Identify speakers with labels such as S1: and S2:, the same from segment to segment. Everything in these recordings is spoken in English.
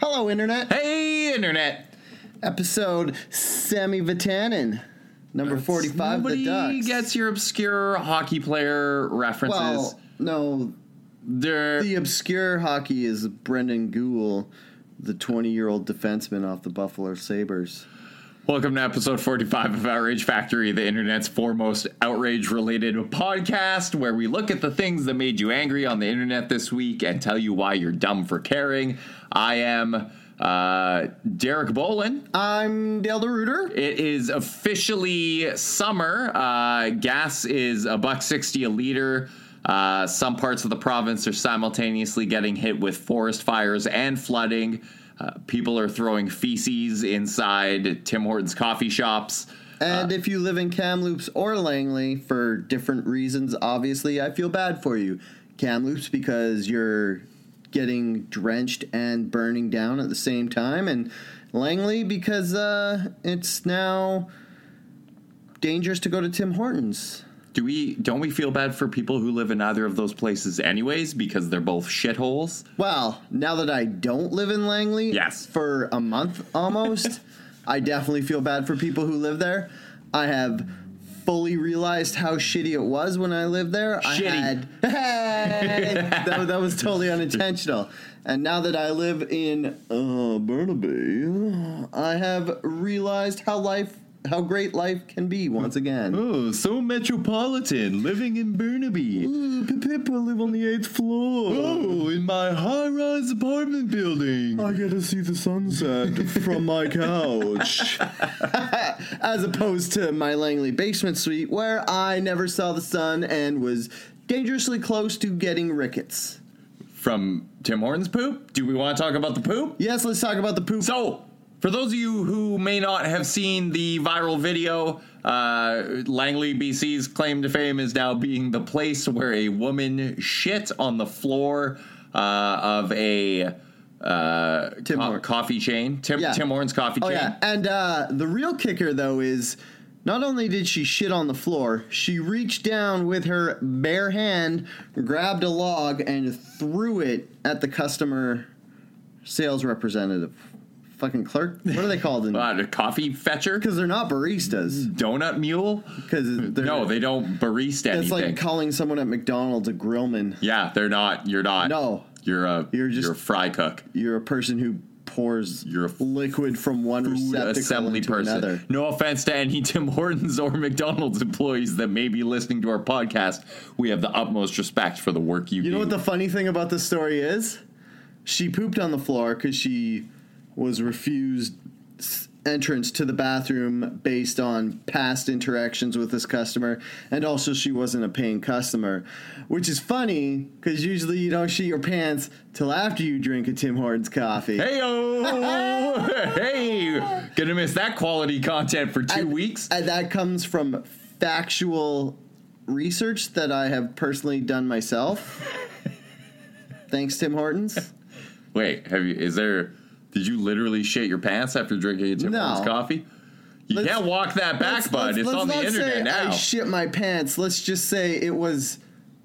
S1: Hello, Internet.
S2: Hey, internet.
S1: Episode Sammy Vatanen, number 45, The
S2: Nobody
S1: Ducks.
S2: gets your obscure hockey player references.
S1: well, no,
S2: They're
S1: the obscure hockey is Brendan Gould, the 20 year old defenseman off the Buffalo Sabres.
S2: welcome to episode 45 of Outrage Factory, the internet's foremost outrage-related podcast, where we look at the things that made you angry on the internet this week and tell you why you're dumb for caring. I am uh, Derek Bolin.
S1: I'm Dale DeRuiter.
S2: It is officially summer. Uh, gas is a buck sixty a liter. Uh, some parts of the province are simultaneously getting hit with forest fires and flooding. Uh, people are throwing feces inside Tim Hortons coffee shops.
S1: And if you live in Kamloops or Langley for different reasons, obviously, I feel bad for you. Kamloops, because you're getting drenched and burning down at the same time, and Langley, because uh, it's now dangerous to go to Tim Hortons.
S2: Do we don't we feel bad for people who live in either of those places anyways because they're both shitholes?
S1: Well, now that I don't live in Langley
S2: Yes.
S1: for a month almost, I definitely feel bad for people who live there. I have fully realized how shitty it was when I lived there. I
S2: Shitty.
S1: had hey, that, that was totally unintentional. And now that I live in uh, Burnaby, I have realized how life how great life can be once again.
S2: Oh, so metropolitan, living in Burnaby.
S1: People live on the eighth floor.
S2: Oh, in my high-rise apartment building.
S1: I get to see the sunset from my couch. As opposed to my Langley basement suite, where I never saw the sun and was dangerously close to getting rickets.
S2: from Tim Hortons poop. Do we want to talk about the poop?
S1: Yes, let's talk about the poop.
S2: So, for those of you who may not have seen the viral video, uh, Langley, BC's claim to fame is now being the place where a woman shit on the floor uh, of a uh,
S1: Tim
S2: co-
S1: Hortons.
S2: coffee chain, Tim,
S1: Yeah.
S2: Tim Hortons coffee
S1: oh,
S2: chain.
S1: yeah. And uh, the real kicker, though, is not only did she shit on the floor, she reached down with her bare hand, grabbed a log, and threw it at the customer sales representative. Fucking clerk? What are they called in
S2: What, a Uh, coffee fetcher,
S1: Because they're not
S2: Mm.
S1: baristas.
S2: donut mule.
S1: Because they're
S2: No, they don't
S1: It's
S2: barista anything.
S1: like calling someone at McDonald's a grillman.
S2: yeah, they're not. You're not.
S1: No,
S2: you're a
S1: You're just-
S2: you're a fry cook.
S1: you're a person who pours
S2: You're a
S1: liquid from one
S2: food
S1: receptacle
S2: assembly
S1: into
S2: person.
S1: another.
S2: No offense to any Tim Hortons or McDonald's employees that may be listening to our podcast. We have the utmost respect for the work you,
S1: You
S2: do.
S1: know what the funny thing about this story is? She pooped on the floor because she was refused s- entrance to the bathroom based on past interactions with this customer, and also she wasn't a paying customer, which is funny because usually you don't shit your pants till after you drink a Tim Hortons coffee.
S2: hey hey, gonna miss that quality content for two
S1: I-
S2: weeks.
S1: I- Uh, that comes from factual research that I have personally done myself. Thanks, Tim Hortons.
S2: Wait, have you? Is there? Did you literally shit your pants after drinking a Tim
S1: No.
S2: Hortons coffee? You
S1: Let's-
S2: can't walk that back,
S1: Let's-
S2: bud.
S1: let's-
S2: it's
S1: let's
S2: on the
S1: not say
S2: internet now.
S1: I shit my pants. Let's just say it was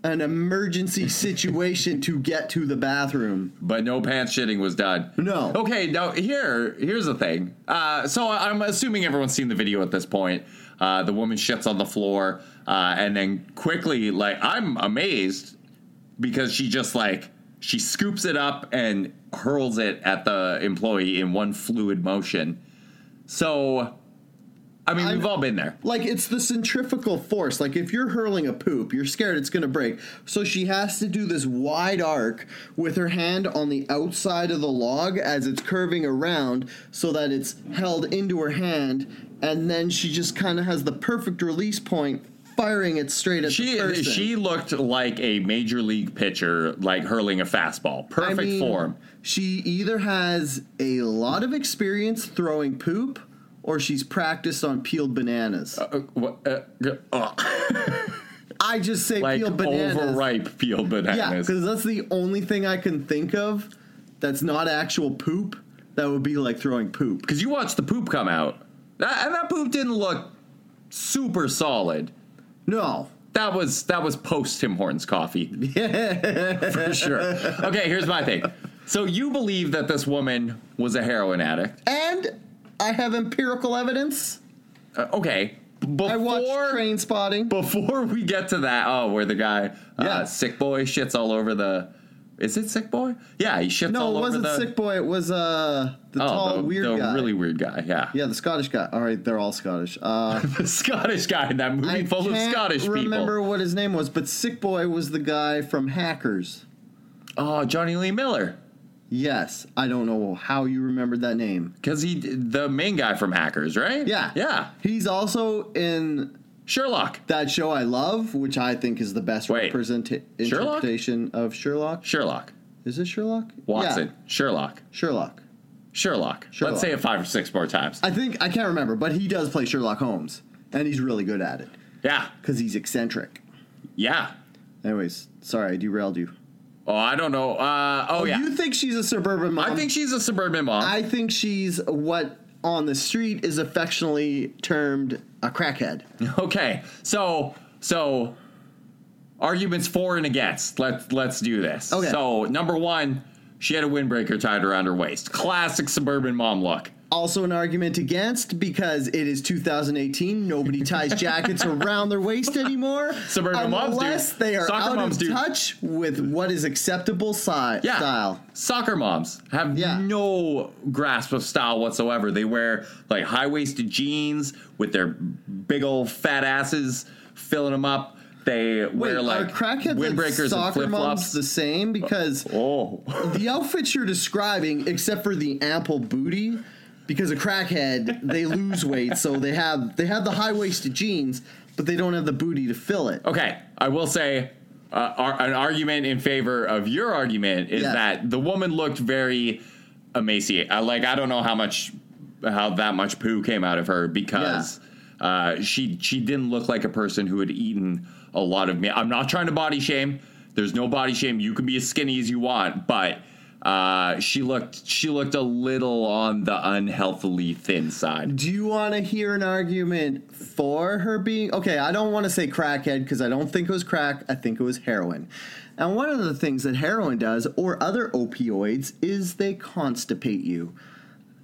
S1: an emergency situation to get to the bathroom.
S2: but no pants shitting was done.
S1: No.
S2: Okay, now here here's the thing. Uh, so I- I'm assuming everyone's seen the video at this point. Uh, the woman shits on the floor, uh, and then quickly, like I'm amazed because she just like she scoops it up and hurls it at the employee in one fluid motion. So, I mean,
S1: I'm-
S2: we've all been there.
S1: Like it's the centrifugal force. Like if you're hurling a poop, you're scared it's going to break. So she has to do this wide arc with her hand on the outside of the log as it's curving around so that it's held into her hand and then she just kind of has the perfect release point firing it straight at the
S2: She
S1: person.
S2: she looked like a major league pitcher, like hurling a fastball. Perfect
S1: I mean,
S2: form.
S1: She either has a lot of experience throwing poop or she's practiced on peeled bananas.
S2: Uh, what, uh, g- ugh.
S1: I just say
S2: like
S1: peeled bananas.
S2: overripe peeled
S1: Yeah,
S2: bananas.
S1: because that's the only thing I can think of that's not actual poop. That would be like throwing poop.
S2: because you watched the poop come out, that, and that poop didn't look super solid.
S1: No.
S2: That was that was post Tim Hortons coffee
S1: Yeah.
S2: for sure. okay, here's my thing. So you believe that this woman was a heroin addict?
S1: And I have empirical evidence.
S2: Uh, okay. Before
S1: I watched Train Spotting.
S2: before we get to that, oh, where the guy,
S1: Yeah.
S2: uh, sick boy, shits all over the. Is it sick boy? Yeah, he shits all
S1: No, it
S2: over
S1: wasn't
S2: the.
S1: Sick Boy. It was uh the
S2: oh,
S1: tall,
S2: the,
S1: weird
S2: the
S1: guy.
S2: really weird guy. Yeah,
S1: yeah, the Scottish guy. All right, they're all Scottish. Uh,
S2: the Scottish guy in that movie
S1: I
S2: full of
S1: can't
S2: Scottish
S1: remember what his name was, but Sick Boy was the guy from Hackers.
S2: people. Oh, Johnny Lee Miller,
S1: Yes, I don't know how you remembered that name.
S2: because he the main guy from Hackers, right?
S1: Yeah,
S2: yeah.
S1: He's also in
S2: Sherlock,
S1: that show I love, which I think is the best
S2: Wait.
S1: representation
S2: Sherlock?
S1: interpretation of Sherlock.
S2: Sherlock
S1: Is it Sherlock?
S2: Watson,
S1: Yeah,
S2: Sherlock,
S1: Sherlock.
S2: Sherlock.
S1: Sherlock.
S2: Let's say it five or six more times.
S1: I think I can't remember, but he does play Sherlock Holmes, and he's really good at it
S2: yeah,
S1: because he's eccentric.
S2: yeah.
S1: Anyways, sorry I derailed you.
S2: Oh, I don't know. Uh, oh, yeah.
S1: You think she's a suburban mom?
S2: I think she's a suburban mom.
S1: I think she's what on the street is affectionately termed a crackhead.
S2: Okay, so so arguments for and against. Let's let's do this.
S1: Okay.
S2: So number one, she had a windbreaker tied around her waist. Classic suburban mom look.
S1: Also, an argument against because it is 2018. Nobody ties jackets around their waist anymore.
S2: Suburban moms do.
S1: unless they are
S2: Soccer
S1: out
S2: moms
S1: of
S2: do.
S1: touch with what is acceptable si-
S2: Yeah.
S1: style.
S2: Soccer moms have
S1: Yeah.
S2: no grasp of style whatsoever. They wear like high waisted jeans with their big old fat asses filling them up. They wear like
S1: are crackheads and
S2: windbreakers and
S1: soccer
S2: flip
S1: moms
S2: flops.
S1: the same? Because
S2: oh,
S1: the outfits you're describing, except for the ample booty, because a crackhead they lose weight, so they have they have the high waisted jeans, but they don't have the booty to fill it.
S2: Okay, I will say uh, ar- an argument in favor of your argument is
S1: Yes.
S2: that the woman looked very emaciated. Uh, like I don't know how much how that much poo came out of her because uh, she she didn't look like a person who had eaten a lot of meat. I'm not trying to body shame. There's no body shame. You can be as skinny as you want, but uh, she looked she looked a little on the unhealthily thin side.
S1: Do you want to hear an argument for her being okay? I don't want to say crackhead because I don't think it was crack. I think it was heroin. And one of the things that heroin does, or other opioids, is they constipate you.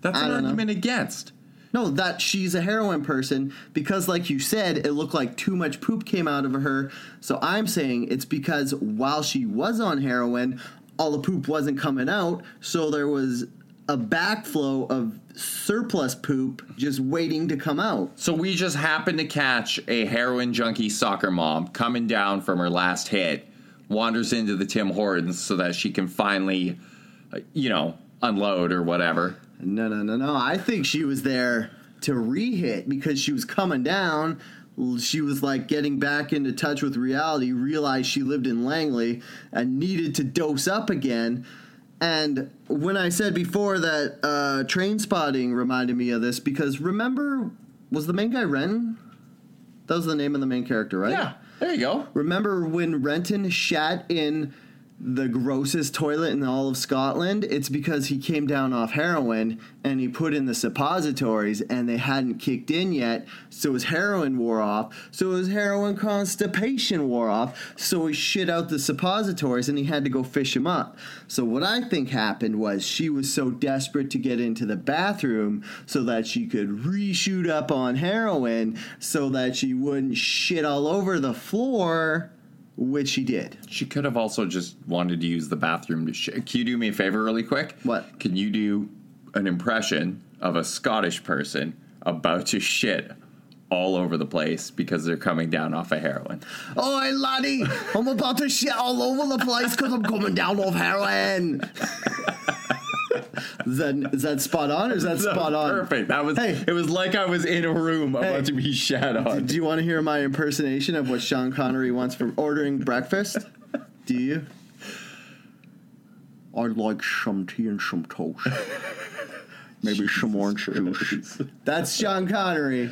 S2: That's
S1: I
S2: an
S1: don't know.
S2: argument against.
S1: No, that she's a heroin person because, like you said, it looked like too much poop came out of her. So I'm saying it's because while she was on heroin, all the poop wasn't coming out. So there was a backflow of surplus poop just waiting to come out.
S2: So we just happened to catch a heroin junkie soccer mom coming down from her last hit, wanders into the Tim Hortons so that she can finally, uh, you know, unload or whatever.
S1: No, no, no, no. I think she was there to re-hit because she was coming down. L- She was like getting back into touch with reality, realized she lived in Langley and needed to dose up again. And when I said before that uh, train spotting reminded me of this, because remember, was the main guy Ren? That was the name of the main character, right?
S2: Yeah, there you go.
S1: Remember when Renton shat in the grossest toilet in all of Scotland? It's because he came down off heroin and he put in the suppositories and they hadn't kicked in yet, so his heroin wore off. So his heroin constipation wore off, so he shit out the suppositories and he had to go fish him up. So what I think happened was she was so desperate to get into the bathroom so that she could reshoot up on heroin so that she wouldn't shit all over the floor, which she did.
S2: She could have also just wanted to use the bathroom to shit. Can you do me a favor really quick?
S1: What?
S2: Can you do an impression of a Scottish person about to shit all over the place because they're coming down off of heroin?
S1: Oi, laddie, I'm about to shit all over the place because I'm coming down off heroin. is, that, is that spot on or is that,
S2: That was
S1: spot on?
S2: Perfect. That was
S1: Hey.
S2: it was like I was in a room
S1: Hey.
S2: about to be shat on.
S1: Do you want to hear my impersonation of what Sean Connery wants for ordering breakfast? Do you? I'd like some tea and some toast. Maybe some orange juice. That's Sean Connery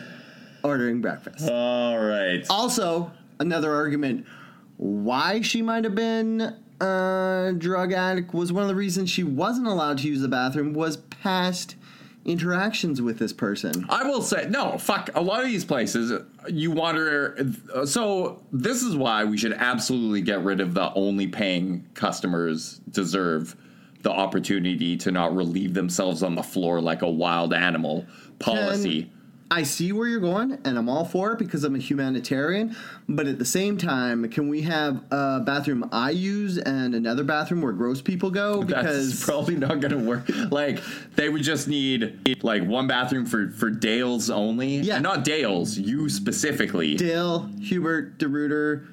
S1: ordering breakfast.
S2: All right.
S1: Also, another argument why she might have been a drug addict was one of the reasons she wasn't allowed to use the bathroom was past interactions with this person.
S2: I will say no. Fuck a lot of these places. You wander. So this is why we should absolutely get rid of the only paying customers deserve the the opportunity to not relieve themselves on the floor like a wild animal policy.
S1: I see where you're going, and I'm all for it because I'm a humanitarian. But at the same time, can we have a bathroom I use and another bathroom where gross people go?
S2: That's
S1: Because
S2: probably not going to work. Like they would just need like one bathroom for for Dales only.
S1: Yeah.
S2: and not Dales. You specifically.
S1: Dale Hubert DeRuiter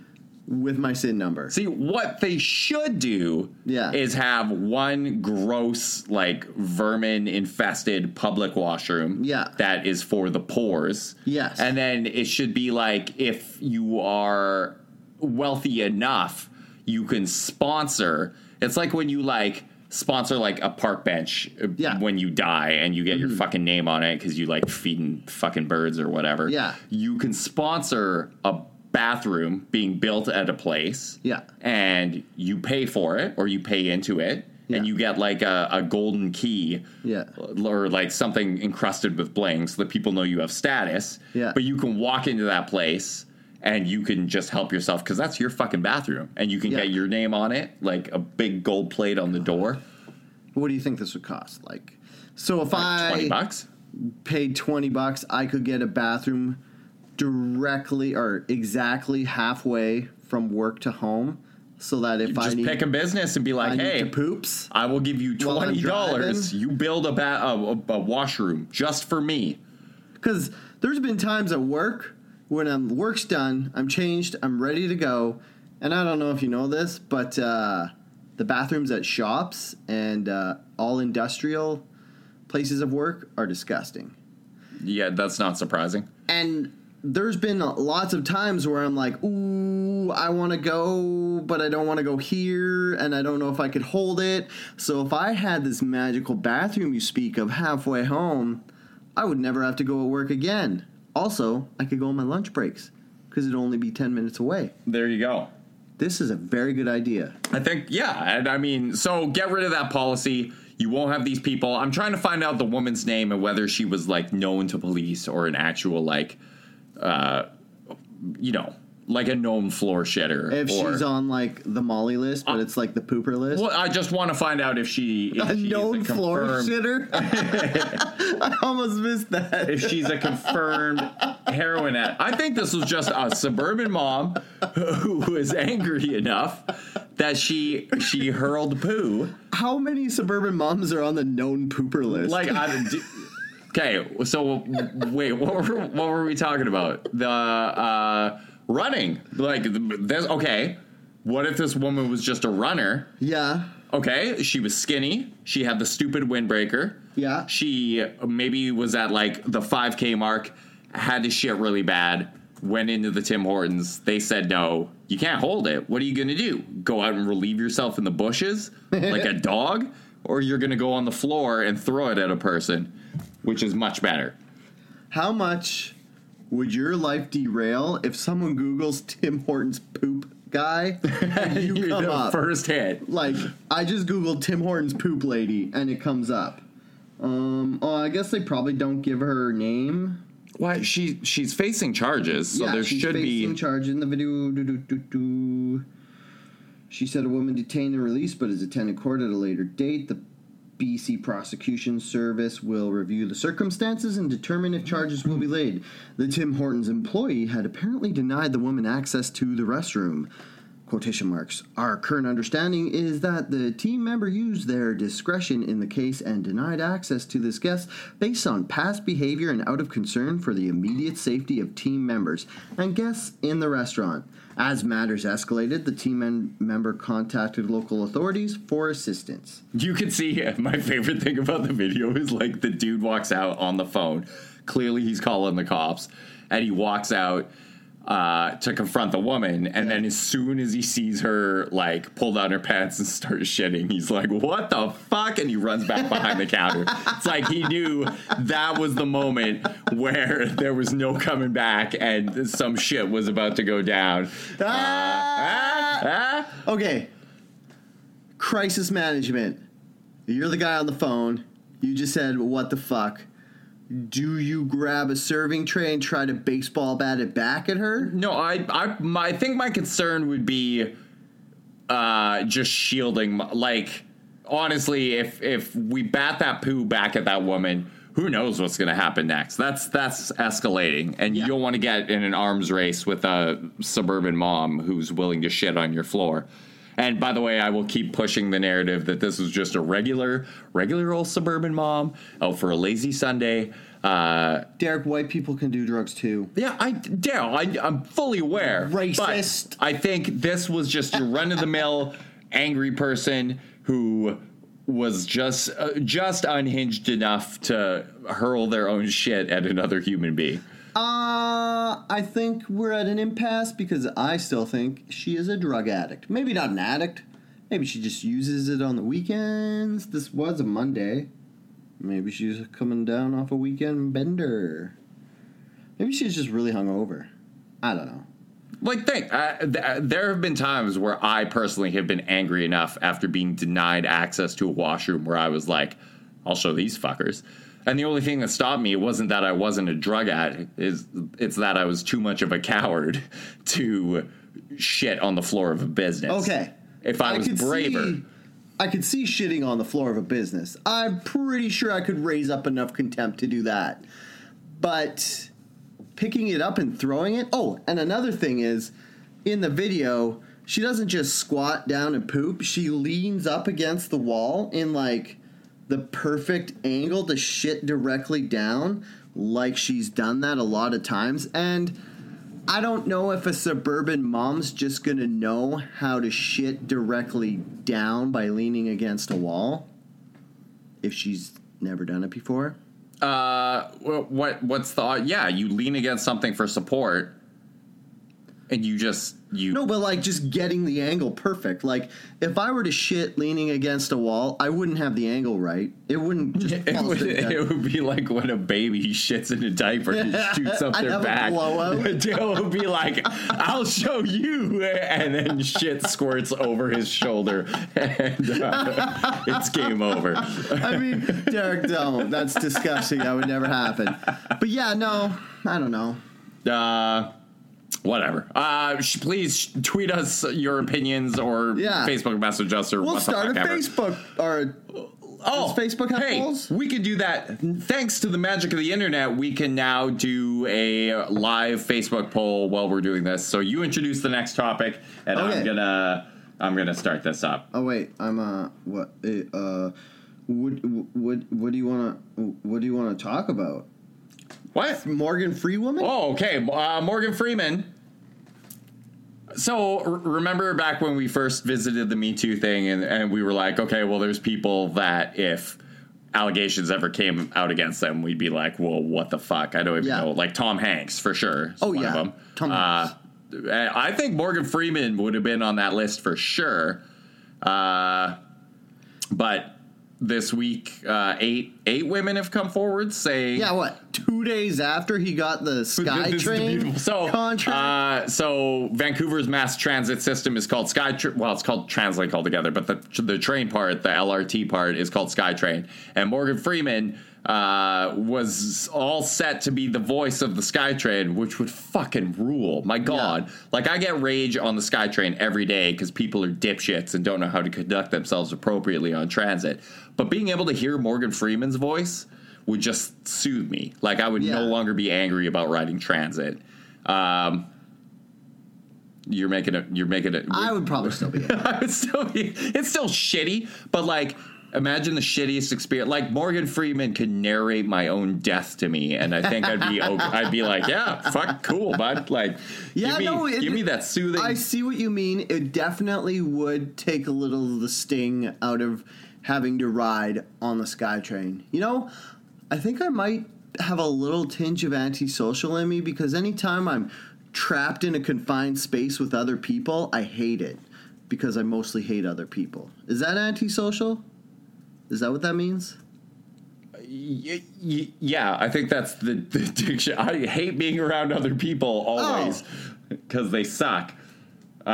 S1: with my sin number.
S2: See what they should do
S1: Yeah.
S2: is have one gross like vermin infested public washroom
S1: Yeah.
S2: that is for the pores.
S1: Yes.
S2: And then it should be like if you are wealthy enough, you can sponsor. It's like when you like sponsor like a park bench uh,
S1: Yeah. Mm-hmm.
S2: when you die and you get your fucking name on it cuz you like feeding fucking birds or whatever.
S1: Yeah.
S2: You can sponsor a bathroom being built at a place
S1: Yeah.
S2: and you pay for it or you pay into it
S1: Yeah.
S2: and you get like a, a golden key
S1: Yeah.
S2: or like something encrusted with bling so that people know you have status
S1: Yeah.
S2: but you can walk into that place and you can just help yourself because that's your fucking bathroom and you can
S1: Yeah.
S2: get your name on it like a big gold plate on the door
S1: What do you think this would cost? Like, so if I
S2: 20 bucks
S1: paid 20 bucks, I could get a bathroom directly or exactly halfway from work to home so that if I
S2: just
S1: need,
S2: pick a business and be
S1: I
S2: like
S1: need
S2: hey
S1: to poops,
S2: I will give you
S1: While I'm
S2: twenty dollars.
S1: driving?
S2: You build a, ba- a, a, a washroom just for me.
S1: Because there's been times at work when I'm work's done, I'm changed, I'm ready to go, and I don't know if you know this, but uh, the bathrooms at shops and uh, all industrial places of work are disgusting.
S2: Yeah, that's not surprising.
S1: And there's been lots of times where I'm like, ooh, I want to go, but I don't want to go here, and I don't know if I could hold it. So if I had this magical bathroom you speak of halfway home, I would never have to go at work again. Also, I could go on my lunch breaks because it'd only be 10 minutes away.
S2: There you go.
S1: This is a very good idea.
S2: I think yeah, and I mean, so get rid of that policy. You won't have these people. I'm trying to find out the woman's name and whether she was like known to police or an actual like, uh, you know, like a known floor shitter.
S1: If
S2: or, Uh,
S1: she's on like the Molly list, but it's like the pooper list.
S2: well, I just want to find out if she if
S1: A
S2: she's
S1: known floor
S2: confirmed-
S1: shitter? I almost missed that.
S2: if she's a confirmed heroin addict. I think this was just a suburban mom who was angry enough that she she hurled poo.
S1: How many suburban moms are on the known pooper list?
S2: Like I d- Okay, so wait, what were, what were we talking about? The uh, running. Like this okay. What if this woman was just a runner?
S1: yeah,
S2: Okay, she was skinny. She had the stupid windbreaker.
S1: Yeah.
S2: She maybe was at like the 5K mark, had to shit really bad, went into the Tim Hortons. They said, no, you can't hold it. What are you going to do? Go out and relieve yourself in the bushes like a dog? Or you're going to go on the floor and throw it at a person, which is much better.
S1: how much would your life derail if someone Google's Tim Hortons poop guy? And you
S2: You're
S1: come
S2: the
S1: up
S2: first hit.
S1: like I just googled Tim Hortons poop lady and it comes up. Um, oh, I guess they probably don't give her name.
S2: Why? She, she's facing charges, so
S1: Yeah,
S2: there
S1: she's
S2: should
S1: facing
S2: be.
S1: charge in the video. Do, do, do, do. She said a woman detained and released, but is attending court at a later date. The BC Prosecution Service will review the circumstances and determine if charges will be laid. The Tim Hortons employee had apparently denied the woman access to the restroom. Quotation marks. Our current understanding is that the team member used their discretion in the case and denied access to this guest based on past behavior and out of concern for the immediate safety of team members and guests in the restaurant. As matters escalated, the team mem- member contacted local authorities for assistance.
S2: You can see my favorite thing about the video is like the dude walks out on the phone. Clearly, he's calling the cops, and he walks out uh, to confront the woman. And then, as soon as he sees her like pull down her pants and start shitting, he's like, "What the fuck!" And he runs back behind the counter. It's like he knew that was the moment where there was no coming back, and some shit was about to go down. Uh, ah, ah.
S1: Okay. Crisis management. You're the guy on the phone. You just said, what the fuck? Do you grab a serving tray and try to baseball bat it back at her?
S2: No, I, I, my, I think my concern would be, uh, just shielding, my- like, honestly, if if we bat that poo back at that woman, who knows what's going to happen next? That's that's escalating, and
S1: Yeah.
S2: you don't want to get in an arms race with a suburban mom who's willing to shit on your floor. And by the way, I will keep pushing the narrative that this is just a regular, regular old suburban mom out for a lazy Sunday. Uh,
S1: Derek, white people can do drugs too.
S2: yeah, I Daryl, I, I'm fully aware.
S1: Racist.
S2: But I think this was just your run of the mill angry person who was just uh, just unhinged enough to hurl their own shit at another human being.
S1: Uh, I think we're at an impasse because I still think she is a drug addict. Maybe not an addict. Maybe she just uses it on the weekends. This was a Monday. Maybe she's coming down off a weekend bender. Maybe she's just really hungover. I don't know.
S2: Like, think uh, th- there have been times where I personally have been angry enough after being denied access to a washroom where I was like, "I'll show these fuckers." And the only thing that stopped me wasn't that I wasn't a drug addict; is it's that I was too much of a coward to shit on the floor of a business.
S1: Okay.
S2: if I, was
S1: could
S2: braver,
S1: see- I could see shitting on the floor of a business. I'm pretty sure I could raise up enough contempt to do that. But picking it up and throwing it. Oh, and another thing is in the video, she doesn't just squat down and poop. She leans up against the wall in like the perfect angle to shit directly down, like she's done that a lot of times. And I don't know if a suburban mom's just gonna know how to shit directly down by leaning against a wall if she's never done it before.
S2: uh, wh- what what's the yeah? You lean against something for support, and you just you
S1: No, but like just getting the angle perfect. Like if I were to shit leaning against a wall, I wouldn't have the angle right. It wouldn't just
S2: It
S1: fall
S2: would,
S1: straight down.
S2: it would be like when a baby shits in a diaper and shoots up
S1: I'd
S2: their
S1: have a
S2: back.
S1: blowout.
S2: Daryl would be like, "I'll show you," and then shit squirts over his shoulder, and uh, it's game over.
S1: I mean, Derek, don't. That's disgusting. That would never happen. But yeah, no, I don't know.
S2: Uh, whatever. Uh, sh- please tweet us your opinions or
S1: Yeah.
S2: Facebook message us or
S1: We'll
S2: what the
S1: start a
S2: fuck ever.
S1: Facebook or
S2: Oh,
S1: Does Facebook have
S2: hey,
S1: polls?
S2: We can do that. Thanks to the magic of the internet, we can now do a live Facebook poll while we're doing this. So you introduce the next topic, and
S1: Okay.
S2: I'm gonna I'm gonna start this up.
S1: Oh wait, I'm uh what uh, uh what what what do you want to what do you want to talk about?
S2: What?
S1: Morgan Free Woman?
S2: Oh, okay. Uh, Morgan Freeman. So r- remember back when we first visited the Me Too thing, and, and we were like, okay, well, there's people that if allegations ever came out against them, we'd be like, well, what the fuck? I don't even
S1: Yeah.
S2: know. Like Tom Hanks for sure. is
S1: Oh,
S2: one
S1: yeah.
S2: of them.
S1: Tom Hanks.
S2: Uh, and I think Morgan Freeman would have been on that list for sure. Uh, but this week, uh, eight eight women have come forward saying,
S1: Yeah, what? Two days after he got the
S2: Th- this is the
S1: SkyTrain
S2: beautiful- so,
S1: contract.
S2: Uh, so Vancouver's mass transit system is called Sky. Tr- well, it's called Translink altogether, but the the train part, the LRT part, is called SkyTrain. And Morgan Freeman uh, was all set to be the voice of the SkyTrain, which would fucking rule. My God, like I get rage on the SkyTrain every day because people are dipshits and don't know how to conduct themselves appropriately on transit. But being able to hear Morgan Freeman's voice would just soothe me. Like I would
S1: Yeah.
S2: no longer be angry about riding transit. Um, you're making it. You're making it.
S1: I would probably still be. in.
S2: I would still be- It's still shitty, but like. Imagine the shittiest experience. Like Morgan Freeman could narrate my own death to me, and I think I'd be, okay. I'd be like, yeah, fuck, cool, bud. Like,
S1: Yeah,
S2: give me,
S1: no, it-
S2: give me that soothing.
S1: I see what you mean. It definitely would take a little of the sting out of having to ride on the SkyTrain. You know, I think I might have a little tinge of antisocial in me because anytime I'm trapped in a confined space with other people, I hate it because I mostly hate other people. Is that antisocial? Is that what that means?
S2: Y- y- yeah, I think that's the, the diction. I hate being around other people always
S1: Oh.
S2: because they suck. Uh,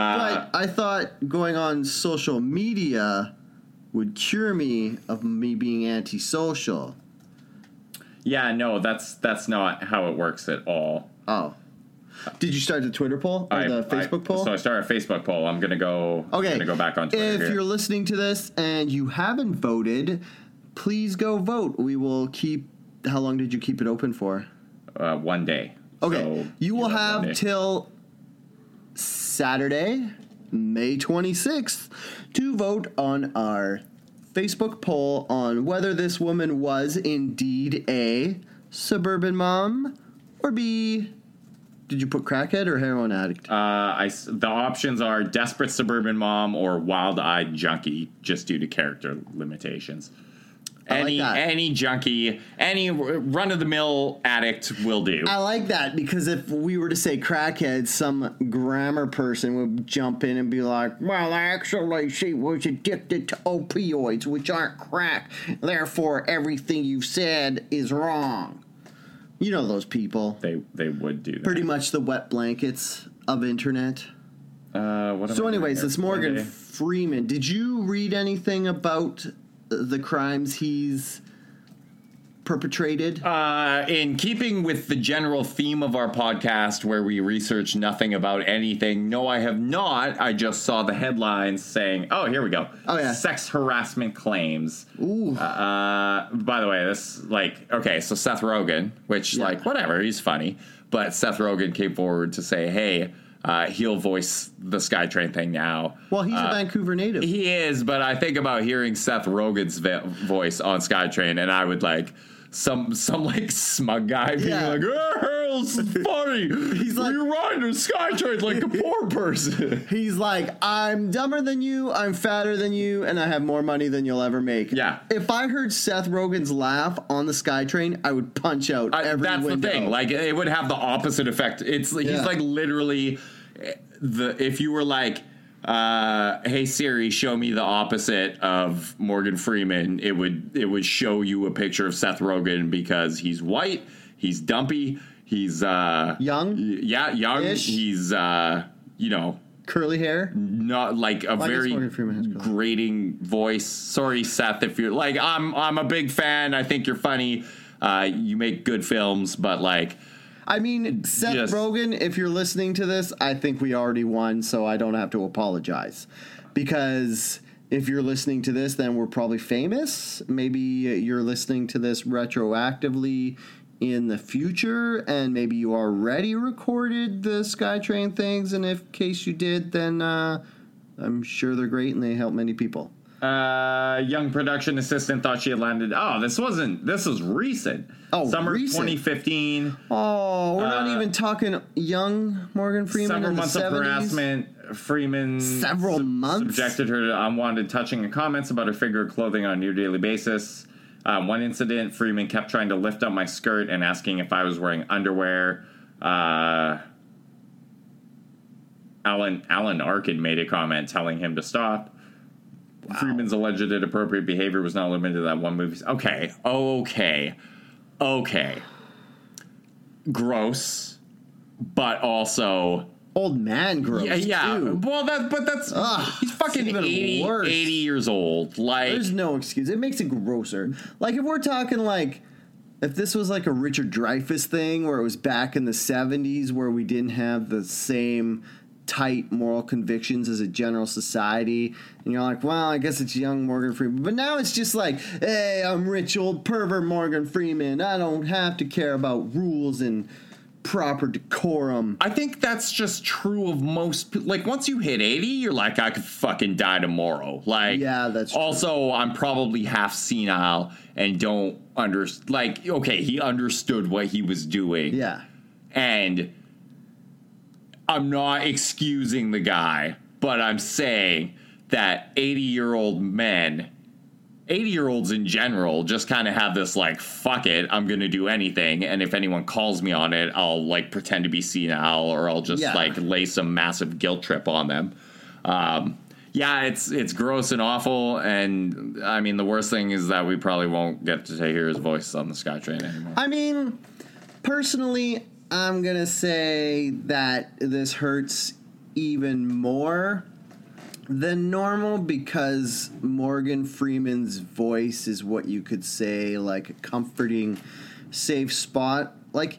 S1: But I thought going on social media would cure me of me being antisocial.
S2: yeah, no, that's that's not how it works at all.
S1: Oh. Did you start the Twitter poll or
S2: I-
S1: Oh, the
S2: I-
S1: Facebook poll?
S2: So I start a Facebook poll. I'm gonna go.
S1: Okay.
S2: I'm gonna go back on Twitter.
S1: If
S2: here.
S1: you're listening to this and you haven't voted, please go vote. We will keep. How long did you keep it open for?
S2: uh, one day.
S1: Okay.
S2: So
S1: you will
S2: one
S1: have
S2: day.
S1: till Saturday, May 26th, to vote on our Facebook poll on whether this woman was indeed a suburban mom or B. Did you put crackhead or heroin addict?
S2: Uh, I s the options are desperate suburban mom or wild-eyed junkie, just due to character limitations.
S1: like
S2: Any
S1: that.
S2: any junkie, any run-of-the-mill addict will do.
S1: I like that because if we were to say crackhead, some grammar person would jump in and be like, well, actually, she was addicted to opioids, which aren't crack. Therefore, everything you said is wrong. You know those people.
S2: they they would do that.
S1: Pretty much the wet blankets of internet.
S2: Uh, what am
S1: So,
S2: I doing
S1: anyways,
S2: here?
S1: it's Morgan
S2: One day.
S1: Freeman. Did you read anything about the crimes he's perpetrated?
S2: Uh, in keeping with the general theme of our podcast, where we research nothing about anything, no, I have not. I just saw the headlines saying, "Oh, here we go."
S1: Oh, yeah.
S2: sex harassment claims.
S1: Ooh.
S2: Uh, by the way, this like okay, so Seth Rogen, which
S1: Yeah.
S2: like whatever, he's funny, but Seth Rogen came forward to say, "Hey, uh, he'll voice the SkyTrain thing now."
S1: well, he's a
S2: Uh,
S1: Vancouver native.
S2: he is, but I think about hearing Seth Rogen's vi- voice on SkyTrain, and I would like some some like smug guy being
S1: Yeah.
S2: like, "Oh, it's funny." He's
S1: like-
S2: "You're riding a SkyTrain like a poor person."
S1: He's like, I'm dumber than you, I'm fatter than you, and I have more money than you'll ever make.
S2: Yeah.
S1: If I heard Seth Rogen's laugh on the SkyTrain, I would punch out
S2: I-
S1: every
S2: that's
S1: window.
S2: the thing. Like it would have the opposite effect. It's
S1: Yeah.
S2: he's like literally eh, the if you were like. Uh, hey Siri, show me the opposite of Morgan Freeman. It would it would show you a picture of Seth Rogen because he's white, he's dumpy, he's uh,
S1: Young?
S2: y- yeah, young.
S1: Ish?
S2: He's uh, you know
S1: Curly hair.
S2: not like a
S1: I guess
S2: very
S1: Morgan Freeman has curly hair.
S2: grating voice. Sorry, Seth, if you're like I'm. I'm a big fan. I think you're funny. Uh, you make good films, but like
S1: I mean, Seth
S2: Yes.
S1: Rogen, if you're listening to this, I think we already won, so I don't have to apologize. Because if you're listening to this, then we're probably famous. Maybe you're listening to this retroactively in the future, and maybe you already recorded the Skytrain things. And if case you did, then uh, I'm sure they're great and they help many people.
S2: Uh, young production assistant thought she had landed. Oh, this wasn't. This was recent.
S1: Oh,
S2: summer
S1: recent.
S2: 2015.
S1: Oh, we're not
S2: Uh,
S1: even talking young Morgan Freeman.
S2: several
S1: in the
S2: months
S1: 70s.
S2: of harassment. Freeman
S1: Several months?
S2: subjected her to unwanted touching and comments about her figure or clothing on a near daily basis. Uh, one incident, Freeman kept trying to lift up my skirt and asking if I was wearing underwear. Uh, Alan Alan Arkin made a comment telling him to stop. Freeman's alleged inappropriate behavior was not limited to that one movie. Okay, okay, okay. Gross, but also
S1: Old man gross.
S2: yeah, yeah.
S1: too.
S2: Well, that but that's
S1: Ugh,
S2: he's fucking
S1: it's even
S2: 80,
S1: worse.
S2: 80 years old. Like
S1: There's no excuse. It makes it grosser. Like if we're talking like if this was like a Richard Dreyfuss thing where it was back in the 70s where we didn't have the same tight moral convictions as a general society and you're like well i guess it's young morgan freeman but now it's just like hey i'm rich old pervert morgan freeman i don't have to care about rules and proper decorum
S2: I think that's just true of most. pe- Like once you hit eighty, you're like, I could fucking die tomorrow. Like,
S1: Yeah, that's true.
S2: Also, I'm probably half senile and don't under like. Okay, he understood what he was doing.
S1: yeah
S2: and I'm not excusing the guy, but I'm saying that 80 year old men, 80 year olds in general, just kind of have this like, fuck it, I'm going to do anything. And if anyone calls me on it, I'll like pretend to be senile or I'll just
S1: Yeah.
S2: like lay some massive guilt trip on them. Um, yeah, it's it's gross and awful, and I mean the worst thing is that we probably won't get to hear his voice on the SkyTrain anymore.
S1: I mean, personally, I'm gonna say that this hurts even more than normal because Morgan Freeman's voice is what you could say like a comforting safe spot. Like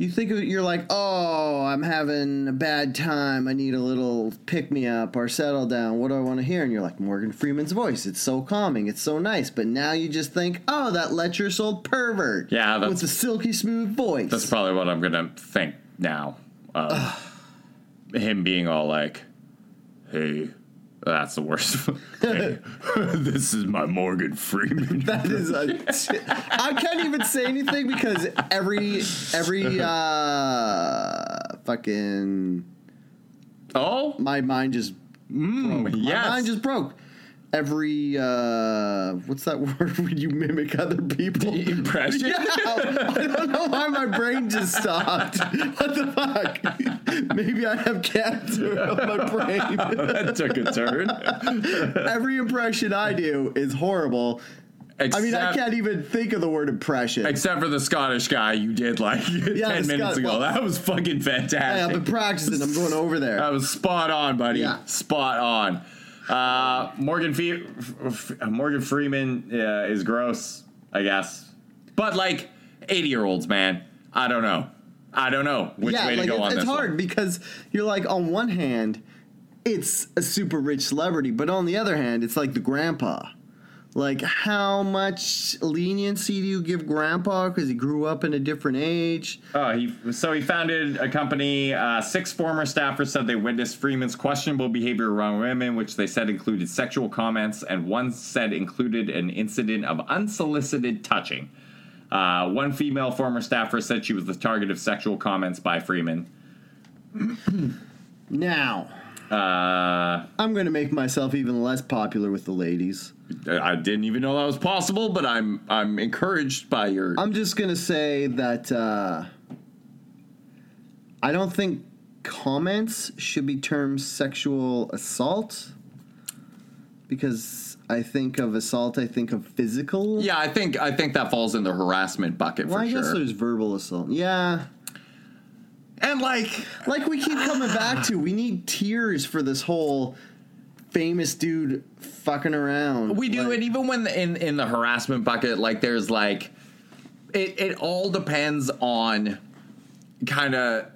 S1: you think of it, you're like, oh, I'm having a bad time. I need a little pick me up or settle down. What do I want to hear? And you're like, Morgan Freeman's voice. It's so calming. It's so nice. But now you just think, oh, that lecherous old pervert.
S2: Yeah,
S1: with
S2: that's-
S1: a silky smooth voice.
S2: That's probably what I'm gonna think now. Of him being all like, "Hey, that's the worst. hey, this is my Morgan Freeman."
S1: That is a. T- I can't even say anything because every every uh fucking
S2: oh,
S1: my mind just
S2: mm,
S1: my
S2: yes.
S1: mind just broke. Every uh what's that word when you mimic other people?
S2: Impression.
S1: Yeah, I don't know why my brain just stopped. What the fuck? Maybe I have cancer on my brain.
S2: that took a turn.
S1: Every impression I do is horrible.
S2: Except,
S1: I mean, I can't even think of the word impression.
S2: Except for the Scottish guy you did like ten
S1: the
S2: minutes
S1: Scot-
S2: ago.
S1: well-
S2: that was fucking
S1: Hey, I've
S2: fantastic.
S1: been practicing. I'm going over there.
S2: That was spot on, buddy.
S1: Yeah.
S2: Spot on. Uh, Morgan Fe- F- F- Morgan Freeman uh, is gross, I guess. But like eighty year olds, man, I don't know. I don't know which way to
S1: like
S2: go
S1: it-
S2: on
S1: it's
S2: this.
S1: hard
S2: One.
S1: because you're like on one hand, it's a super rich celebrity, but on the other hand, it's like the grandpa. Like, how much leniency do you give grandpa because he grew up in a different age?
S2: Oh, he so he founded a company. Uh, six former staffers said they witnessed Freeman's questionable behavior around women, which they said included sexual comments, and one said included an incident of unsolicited touching. Uh, one female former staffer said she was the target of sexual comments by Freeman.
S1: Now,
S2: Uh,
S1: I'm going to make myself even less popular with the ladies.
S2: I didn't even know that was possible, but I'm I'm encouraged by your.
S1: I'm just going to say that uh, I don't think comments should be termed sexual assault because I think of assault, I think of physical.
S2: yeah, I think I think that falls in the harassment bucket
S1: Well,
S2: for
S1: I guess
S2: sure.
S1: there's verbal assault. Yeah.
S2: And like,
S1: Like we keep coming back to, we need tears for this whole famous dude fucking around.
S2: We do,
S1: Like-
S2: and even when in in the harassment bucket, like there's like, it it all depends on kind of.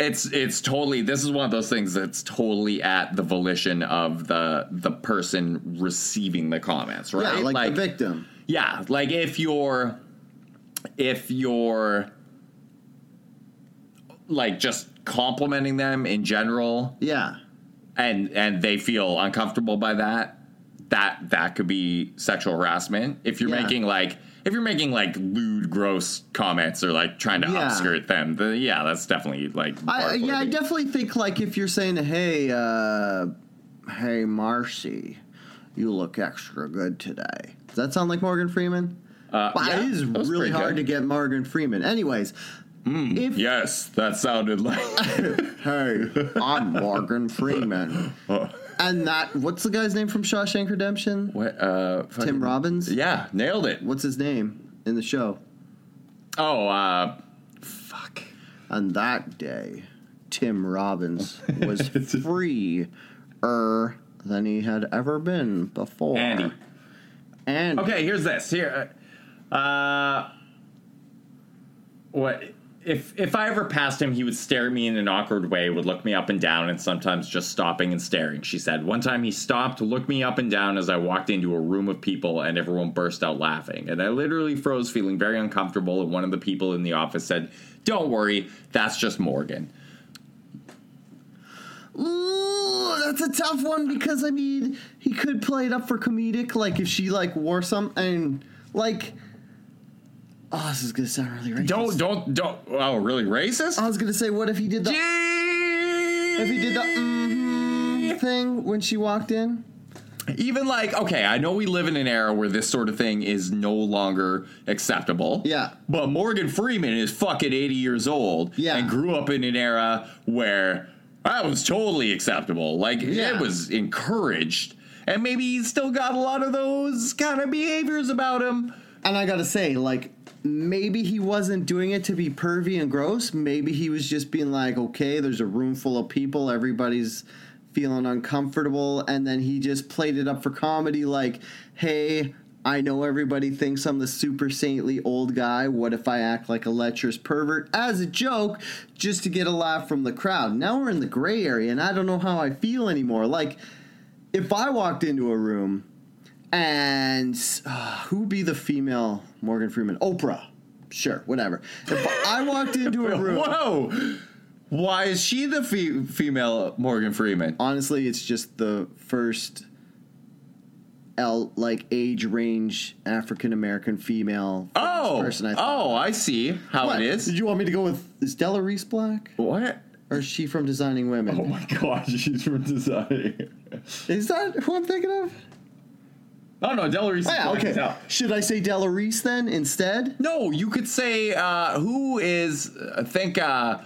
S2: It's it's totally this is one of those things that's totally at the volition of the the person receiving the comments, right?
S1: Yeah, like, the victim.
S2: yeah, like if you're if you're like just complimenting them in general,
S1: Yeah.
S2: and and they feel uncomfortable by that that that could be sexual harassment if you're
S1: Yeah.
S2: making like if you're making like lewd gross comments or like trying to
S1: Yeah.
S2: upskirt them then yeah that's definitely like
S1: I, yeah, I
S2: barfloating.
S1: definitely think like if you're saying, "Hey, uh, hey, Marcy, you look extra good today." Does that sound like Morgan Freeman?
S2: Uh,
S1: wow,
S2: yeah,
S1: it is
S2: that was
S1: really
S2: pretty
S1: hard to
S2: good. Hmm,
S1: get Morgan Freeman. Anyways, if
S2: yes that sounded like
S1: hey, I'm Morgan Freeman, and that what's the guy's name from Shawshank Redemption?
S2: what uh fucking-
S1: Tim Robbins.
S2: yeah nailed it
S1: What's his name in the show?
S2: oh uh fuck
S1: On that day, Tim Robbins was free er than he had ever been before.
S2: Andy
S1: And
S2: Okay, here's this. Here, uh, what if if I ever passed him, he would stare at me in an awkward way, would look me up and down, and sometimes just stopping and staring. She said one time he stopped, looked me up and down as I walked into a room of people, and everyone burst out laughing, and I literally froze, feeling very uncomfortable. And one of the people in the office said, "Don't worry, that's just Morgan."
S1: Ooh, that's a tough one because I mean, he could play it up for comedic, like if she like wore some and like. Oh, this is gonna sound really racist.
S2: Don't don't don't. Oh, really racist?
S1: I was gonna say, what if he did the if he did the mhm thing when she walked in?
S2: even like okay i know we live in an era where this sort of thing is no longer acceptable
S1: Yeah.
S2: but morgan freeman is fucking 80 years old
S1: Yeah.
S2: and grew up in an era where that was totally acceptable like
S1: Yeah.
S2: it was encouraged and maybe he's still got a lot of those kind of behaviors about him
S1: And I gotta say, like, maybe he wasn't doing it to be pervy and gross. Maybe he was just being like, okay, there's a room full of people, everybody's feeling uncomfortable, and then he just played it up for comedy, like, hey, I know everybody thinks I'm the super saintly old guy. What if I act like a lecherous pervert as a joke just to get a laugh from the crowd? Now we're in the gray area and I don't know how I feel anymore. Like, if I walked into a room and uh, who'd be the female Morgan Freeman? Oprah. Sure, whatever. If I walked into a room.
S2: Whoa! Why is she the fe- female Morgan Freeman?
S1: honestly it's just the first L, like age range African American female
S2: Oh,
S1: person I thought.
S2: oh, I see how
S1: What?
S2: it is.
S1: Did you want me to go with is Della Reese black?
S2: What?
S1: Or is she from Designing Women?
S2: Oh my gosh, she's from Design.
S1: Is that who I'm thinking of?
S2: Oh no, Del Reese.
S1: Oh,
S2: is
S1: yeah,
S2: black
S1: okay.
S2: as hell.
S1: Should I say Della Reese then instead?
S2: No, you could say uh, who is. I think uh,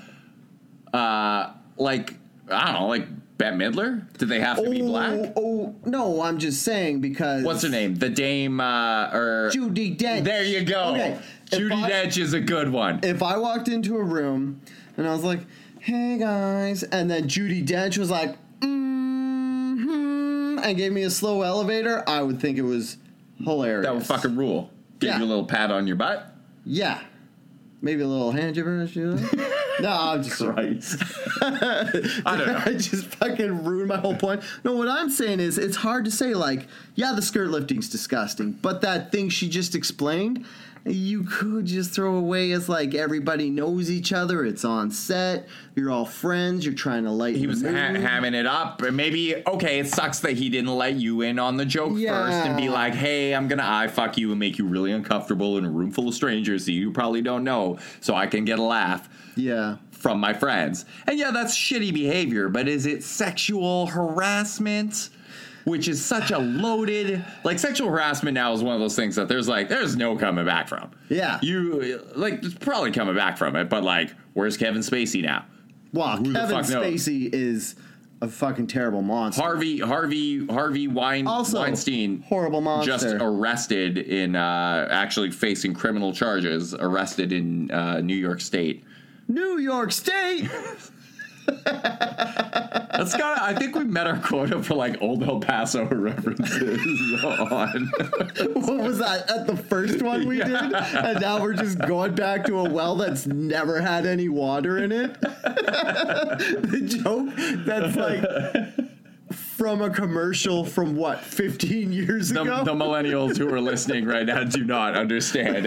S2: uh, like I don't know, like Bette Midler. Did they have to be black?
S1: oh no, I'm just saying because
S2: What's her name? The Dame uh, or
S1: Judy Dench.
S2: There you go.
S1: Okay. If
S2: Judy
S1: I-
S2: Dench is a good one.
S1: if I walked into a room and I was like, "Hey guys," and then Judy Dench was like, "Hmm," and gave me a slow elevator, I would think it was hilarious.
S2: that would fucking rule. Give
S1: Yeah.
S2: you a little pat on your butt.
S1: yeah, maybe a little hand jibber. if you like. no, I'm just
S2: I don't know.
S1: I just fucking ruined my whole point. No, what I'm saying is it's hard to say like, yeah, the skirt lifting's disgusting, but that thing she just explained, you could just throw away as like everybody knows each other, it's on set, you're all friends, you're trying to lighten
S2: He
S1: the
S2: was ha-
S1: mood.
S2: hamming it up. and Maybe okay. It sucks that he didn't let you in on the joke first and be
S1: Yeah.
S2: like, "Hey, I'm gonna eye fuck you and make you really uncomfortable in a room full of strangers that you probably don't know, so I can get a laugh
S1: yeah.
S2: from my friends." And yeah, that's shitty behavior. But is it sexual harassment? Which is such a loaded like sexual harassment now is one of those things that there's like there's no coming back from.
S1: Yeah.
S2: you like there's probably coming back from it, but like where's Kevin Spacey now?
S1: Wow,
S2: Who the
S1: Kevin
S2: fuck knows?
S1: Spacey is a fucking terrible monster.
S2: Harvey Harvey Harvey Wein,
S1: Also,
S2: Weinstein
S1: horrible monster.
S2: just arrested in uh, actually facing criminal charges arrested in uh, New York State.
S1: New York State.
S2: That's got I think we met our quota for like old El Paso references on.
S1: what was that at the first one we did? And now we're just going back to a well that's never had any water in it. the joke that's like from a commercial from what 15 years
S2: The,
S1: ago.
S2: the millennials who are listening right now do not understand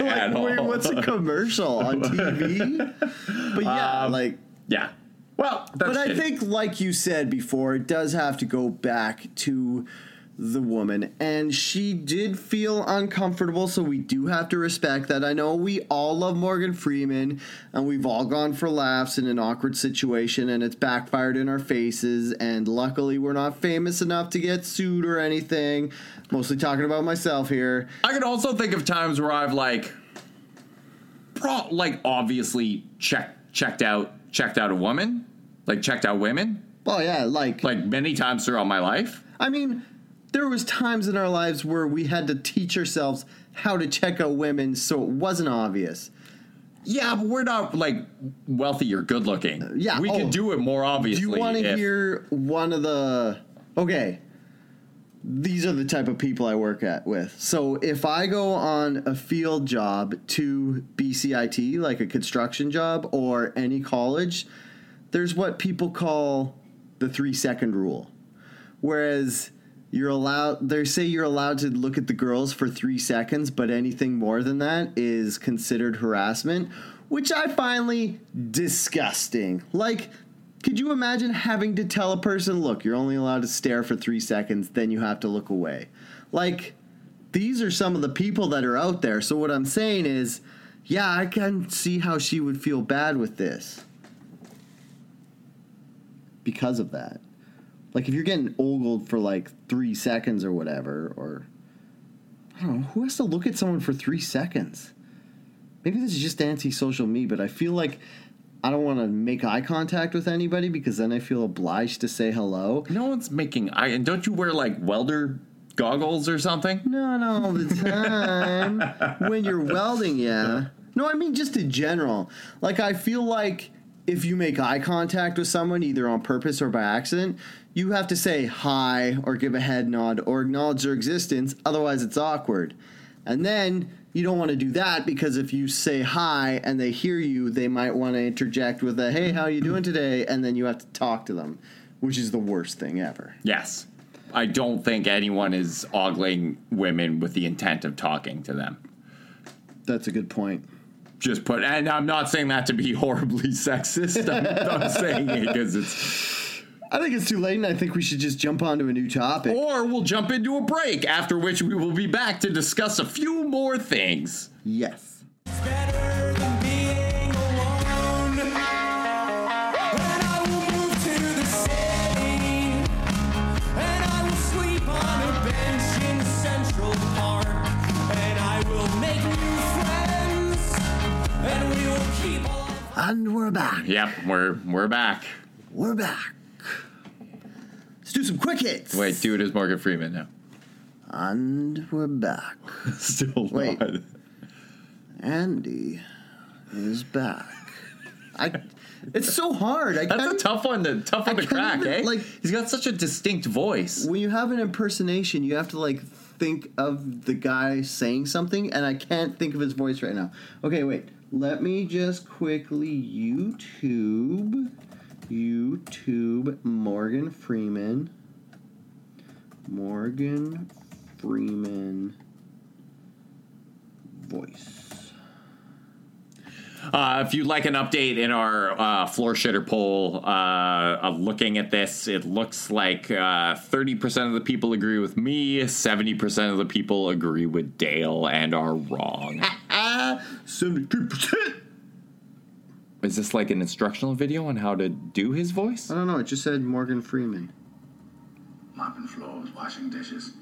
S1: Like,
S2: at all.
S1: wait, what's a commercial on TV? But yeah,
S2: Um,
S1: like
S2: yeah. Well, that's
S1: But I
S2: shitty.
S1: think, like you said before, it does have to go back to the woman. And she did feel uncomfortable, so we do have to respect that. I know we all love Morgan Freeman, and we've all gone for laughs in an awkward situation, and it's backfired in our faces. And luckily, we're not famous enough to get sued or anything. Mostly talking about myself here.
S2: I can also think of times where I've like, pro- like obviously check checked out checked out a woman, like checked out women,
S1: Well, yeah, like,
S2: like many times throughout my life.
S1: I mean, there was times in our lives where we had to teach ourselves how to check out women so it wasn't obvious.
S2: Yeah, but we're not like wealthy or good looking.
S1: yeah,
S2: we
S1: oh.
S2: could do it more obviously.
S1: Do you want to
S2: if-
S1: hear one of the okay? These are the type of people I work at with. So if I go on a field job to BCIT, like a construction job or any college, there's what people call the three second rule. Whereas you're allowed, they say you're allowed to look at the girls for three seconds, but anything more than that is considered harassment, which I finally disgusting. Like, could you imagine having to tell a person, look, you're only allowed to stare for three seconds, then you have to look away? Like, these are some of the people that are out there. So, what I'm saying is, yeah, I can see how she would feel bad with this because of that. Like if you're getting ogled for like three seconds or whatever, or I don't know, who has to look at someone for three seconds? Maybe this is just antisocial me, but I feel like I don't want to make eye contact with anybody because then I feel obliged to say hello.
S2: No one's making. I and don't you wear like welder goggles or something?
S1: Not all the time when you're welding, yeah. No, I mean just in general. Like I feel like if you make eye contact with someone either on purpose or by accident, you have to say hi or give a head nod or acknowledge their existence, otherwise it's awkward. And then you don't want to do that because if you say hi and they hear you, they might want to interject with a "Hey, how you doing today?" and then you have to talk to them, which is the worst thing ever.
S2: Yes. I don't think anyone is ogling women with the intent of talking to them.
S1: That's a good point.
S2: Just put, and I'm not saying that to be horribly sexist. I'm, I'm saying it because it's.
S1: I think it's too late, and I think we should just jump onto a new topic.
S2: Or we'll jump into a break, after which we will be back to discuss a few more things.
S1: Yes.
S3: Better than being alone. And I will move to the city. And I will sleep on a bench in Central Park. And I will make new friends. And we will keep on.
S1: And we're back.
S2: Yep, we're we're back.
S1: We're back. Let's do some quick hits.
S2: Wait, dude is Morgan Freeman now.
S1: And we're back.
S2: Still
S1: Wait.
S2: not.
S1: Andy is back. I. It's so hard. I
S2: That's a
S1: can't-
S2: tough one to tough one
S1: I
S2: to
S1: can't
S2: crack,
S1: even,
S2: eh?
S1: like-
S2: he's got such a distinct voice.
S1: when you have an impersonation, you have to like think of the guy saying something, and I can't think of his voice right now. Okay, wait. Let me just quickly YouTube, YouTube Morgan Freeman, Morgan Freeman voice.
S2: Uh, if you'd like an update in our uh, floor shitter poll uh, of looking at this, it looks like uh, thirty percent of the people agree with me, seventy percent of the people agree with Dale, and are wrong.
S1: Ah, seventy-three percent.
S2: Is this like an instructional video on how to do his voice?
S1: I don't know. It just said Morgan Freeman.
S4: mopping floors, washing dishes.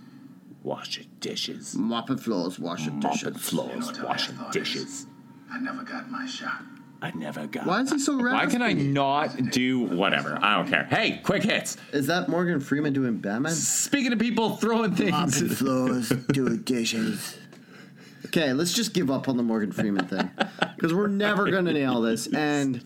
S2: Washing dishes,
S1: Mopping floors, washing
S2: mopping
S1: dishes.
S2: floors, washing dishes.
S4: I never got my shot.
S2: I never got.
S1: Why is he so raspy?
S2: Why can I not do whatever? I don't care. Hey, quick hits.
S1: Is that Morgan Freeman doing Batman?
S2: Speaking of people throwing
S1: Mopping
S2: things,
S1: floors, doing dishes. Okay, let's just give up on the Morgan Freeman thing because we're never going to nail this. And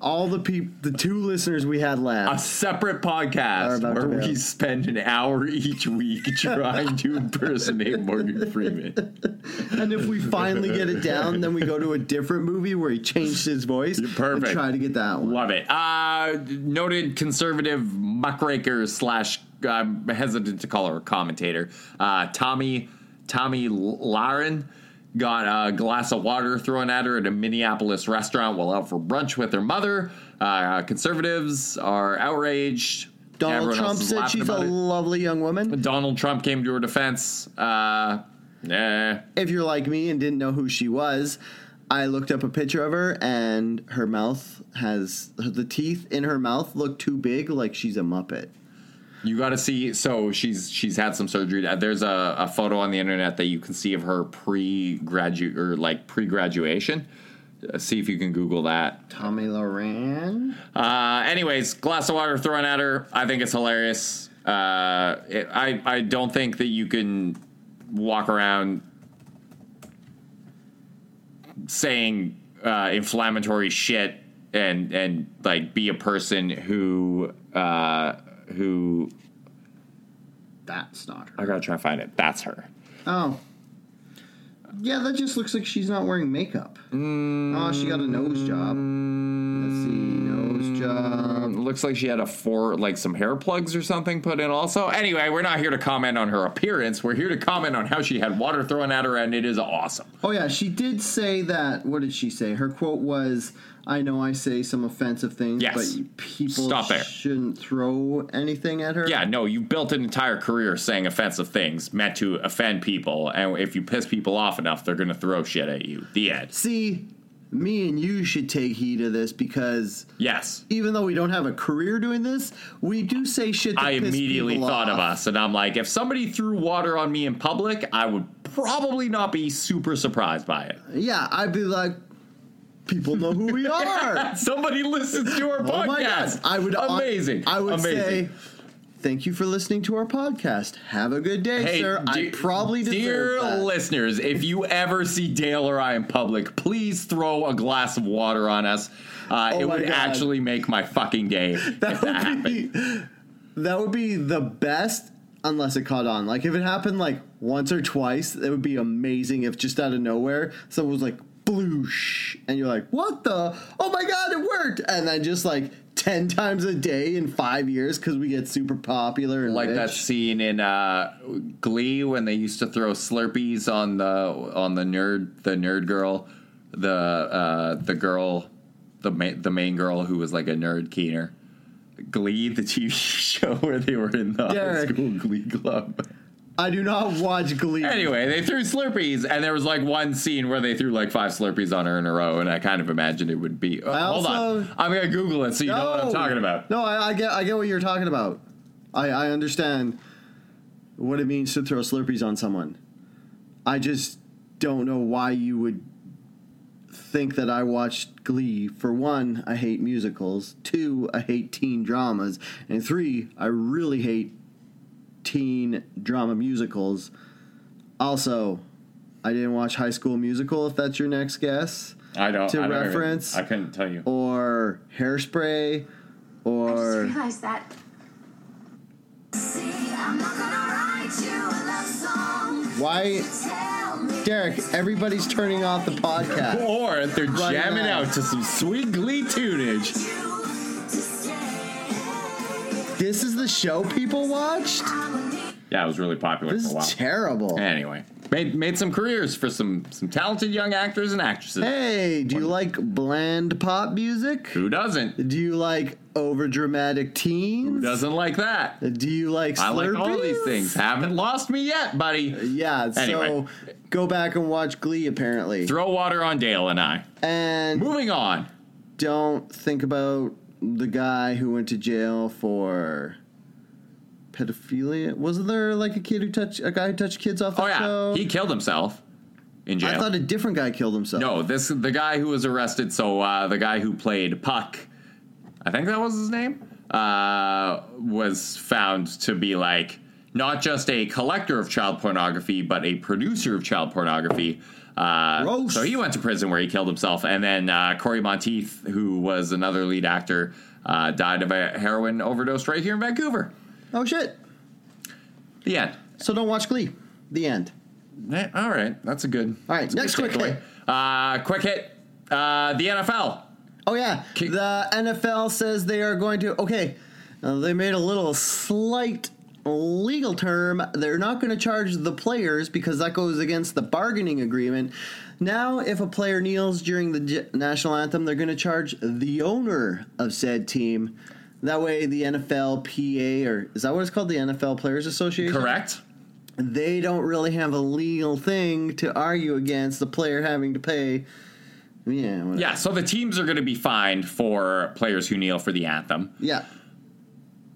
S1: all the peop- the two listeners we had
S2: a
S1: last,
S2: separate
S1: Are
S2: podcast
S1: about
S2: where
S1: to
S2: we
S1: go.
S2: spend an hour each week trying to impersonate Morgan Freeman.
S1: and if we finally get it down, then we go to a different movie where he changed his voice. And
S2: perfect.
S1: try to get that one.
S2: Love it. Uh, noted conservative muckraker slash I'm hesitant to call her a commentator. Uh, Tommy Tommy Lauren got a glass of water thrown at her at a Minneapolis restaurant while out for brunch with her mother. Uh, conservatives are outraged.
S1: Donald
S2: Everyone
S1: Trump
S2: else is
S1: said
S2: laughing
S1: she's a
S2: about it.
S1: lovely young woman.
S2: Donald Trump came to her defense. Uh, eh.
S1: If you're like me and didn't know who she was, I looked up a picture of her, and her mouth has the teeth in her mouth look too big, like she's a muppet.
S2: You got to see. So she's she's had some surgery. Uh, There's a, a photo on the internet that you can see of her pre graduate or like pre graduation. See if you can Google that.
S1: Tommy Loran.
S2: Uh, anyways, glass of water thrown at her. I think it's hilarious. Uh, it, I I don't think that you can walk around saying uh, inflammatory shit and and like be a person who uh, who
S1: That's not her.
S2: I gotta try and find it. That's her.
S1: Oh. Yeah, that just looks like she's not wearing makeup. Oh, she got a nose job. Let's see, nose job.
S2: Um, looks like she had a four, like some hair plugs or something put in. Also, anyway, we're not here to comment on her appearance. We're here to comment on how she had water thrown at her, and it is awesome.
S1: Oh, yeah, she did say that. What did she say? Her quote was I know I say some offensive things,
S2: Yes.
S1: but people
S2: Stop there.
S1: shouldn't throw anything at her.
S2: Yeah, no, you built an entire career saying offensive things meant to offend people, and if you piss people off enough, they're gonna throw shit at you. The end.
S1: See, me and you should take heed of this because
S2: Yes.
S1: even though we don't have a career doing this, we do say shit that
S2: I
S1: piss
S2: immediately
S1: people
S2: thought
S1: off.
S2: of us, and I'm like, if somebody threw water on me in public, I would probably not be super surprised by it.
S1: Yeah, I'd be like, people know who we are.
S2: Somebody listens to our podcast.
S1: oh my god, I would hon-
S2: amazing.
S1: I would
S2: amazing.
S1: say, thank you for listening to our podcast. Have a good day,
S2: Hey,
S1: sir. I
S2: dear-
S1: probably deserve
S2: dear
S1: that.
S2: listeners, if you ever see Dale or I in public, please throw a glass of water on us. Uh,
S1: Oh
S2: it
S1: my
S2: would
S1: God.
S2: actually make my fucking day if
S1: that
S2: that
S1: would
S2: happened.
S1: be that would be the best unless it caught on. Like if it happened like once or twice, it would be amazing if just out of nowhere someone was like bloosh and you're like, "What the? Oh my god, it worked." And then just like 10 times a day in 5 years cuz we get super popular and
S2: like
S1: rich.
S2: that scene in uh, Glee when they used to throw Slurpees on the on the nerd the nerd girl the uh, the girl the ma- the main girl who was like a nerd keener. Glee, the TV show where they were in the high
S1: Derek.
S2: school Glee club.
S1: I do not watch Glee.
S2: Anyway, they threw Slurpees, and there was like one scene where they threw like five Slurpees on her in a row, and I kind of imagined it would be. Uh,
S1: I
S2: hold
S1: also-
S2: on, I'm gonna Google it so you know what I'm talking about.
S1: No, I, I get I get what you're talking about. I, I understand what it means to throw Slurpees on someone. I just don't know why you would think that I watched Glee. For one, I hate musicals. Two, I hate teen dramas. And three, I really hate teen drama musicals. Also, I didn't watch High School Musical. If that's your next guess
S2: I don't.
S1: To
S2: I don't even-
S1: reference-
S2: I couldn't tell you.
S1: or hairspray
S5: I just
S1: or
S5: realized that. See, I'm not gonna write you a love song.
S1: why
S5: Tell me.
S1: derek everybody's turning off the podcast
S2: Or they're
S1: Right
S2: jamming
S1: now.
S2: out to some sweet glee tunage.
S5: you to stay.
S1: this is the show people watched
S5: I will need
S2: Yeah, it was really popular
S1: this
S2: for a while.
S1: is terrible
S2: anyway, made made some careers for some some talented young actors and actresses.
S1: hey do you like bland pop music
S2: Who doesn't?
S1: do you like overdramatic
S2: Who
S1: teens
S2: doesn't like that?
S1: do you like Slurpees?
S2: I like all these things. Haven't lost me yet, buddy.
S1: yeah
S2: Anyway.
S1: so go back and watch glee apparently
S2: Throw water on Dale and I.
S1: and
S2: Moving on.
S1: don't think about the guy who went to jail for pedophilia. Wasn't there like a kid who touched a guy who touched kids off the
S2: Oh yeah,
S1: show?
S2: he killed himself in
S1: I
S2: jail.
S1: thought a different guy killed himself.
S2: no, this the guy who was arrested. So uh, the guy who played Puck, I think that was his name, uh, was found to be like not just a collector of child pornography, but a producer of child pornography. Uh,
S1: Gross.
S2: so he went to prison where he killed himself, and then uh, Corey Monteith, who was another lead actor, uh, died of a heroin overdose right here in Vancouver.
S1: Oh shit.
S2: The end.
S1: So don't watch Glee. The end.
S2: Eh, all right, that's a good.
S1: All right,
S2: that's a
S1: next quick
S2: good takeaway.
S1: hit.
S2: Uh, quick hit. Uh, the NFL.
S1: Oh yeah,
S2: Ki-
S1: the NFL says they are going to. Okay, uh, they made a little slight legal term. They're not going to charge the players because that goes against the bargaining agreement. Now, if a player kneels during the j- national anthem, they're going to charge the owner of said team. That way, the NFLPA or is that what it's called? The NFL Players Association.
S2: Correct.
S1: They don't really have a legal thing to argue against the player having to pay. Yeah. whatever.
S2: Yeah. So the teams are going to be fined for players who kneel for the anthem.
S1: Yeah.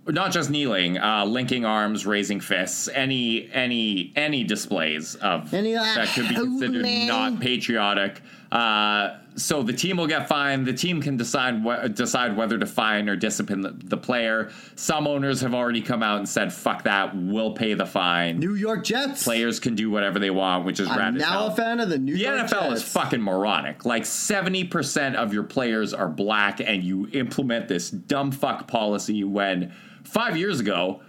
S2: Not just kneeling, uh, linking arms, raising fists, any any any displays of
S1: Any, uh,
S2: that could be considered
S1: hooting.
S2: not patriotic. Uh, so the team will get fined. The team can decide wh- decide whether to fine or discipline the, the player. Some owners have already come out and said, "Fuck that, we'll pay the fine."
S1: New York Jets.
S2: players can do whatever they want, which is rad
S1: I'm
S2: as
S1: now
S2: hell.
S1: a fan of the New
S2: the
S1: York
S2: NFL
S1: Jets.
S2: is fucking moronic. Like 70% of your players are black, and you implement this dumb fuck policy when five years ago,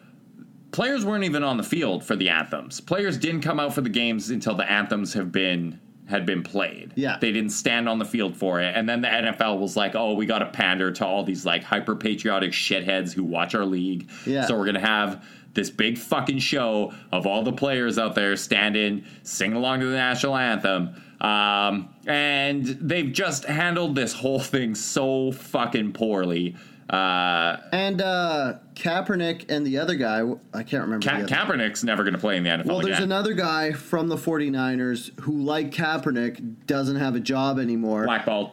S2: players weren't even on the field for the anthems. Players didn't come out for the games until the anthems have been had been played.
S1: Yeah.
S2: They didn't stand on the field for it. And then the NFL was like, oh, we gotta pander to all these like hyper patriotic shitheads who watch our league.
S1: Yeah.
S2: So we're gonna have this big fucking show of all the players out there standing, sing along to the national anthem. Um, and they've just handled this whole thing so fucking poorly. Uh,
S1: And uh, Kaepernick and the other guy, I can't remember.
S2: Ka-
S1: the other.
S2: Kaepernick's never going to play in the NFL
S1: well, there's
S2: again.
S1: another guy from the 49ers who, like Kaepernick, doesn't have a job anymore.
S2: Blackballed.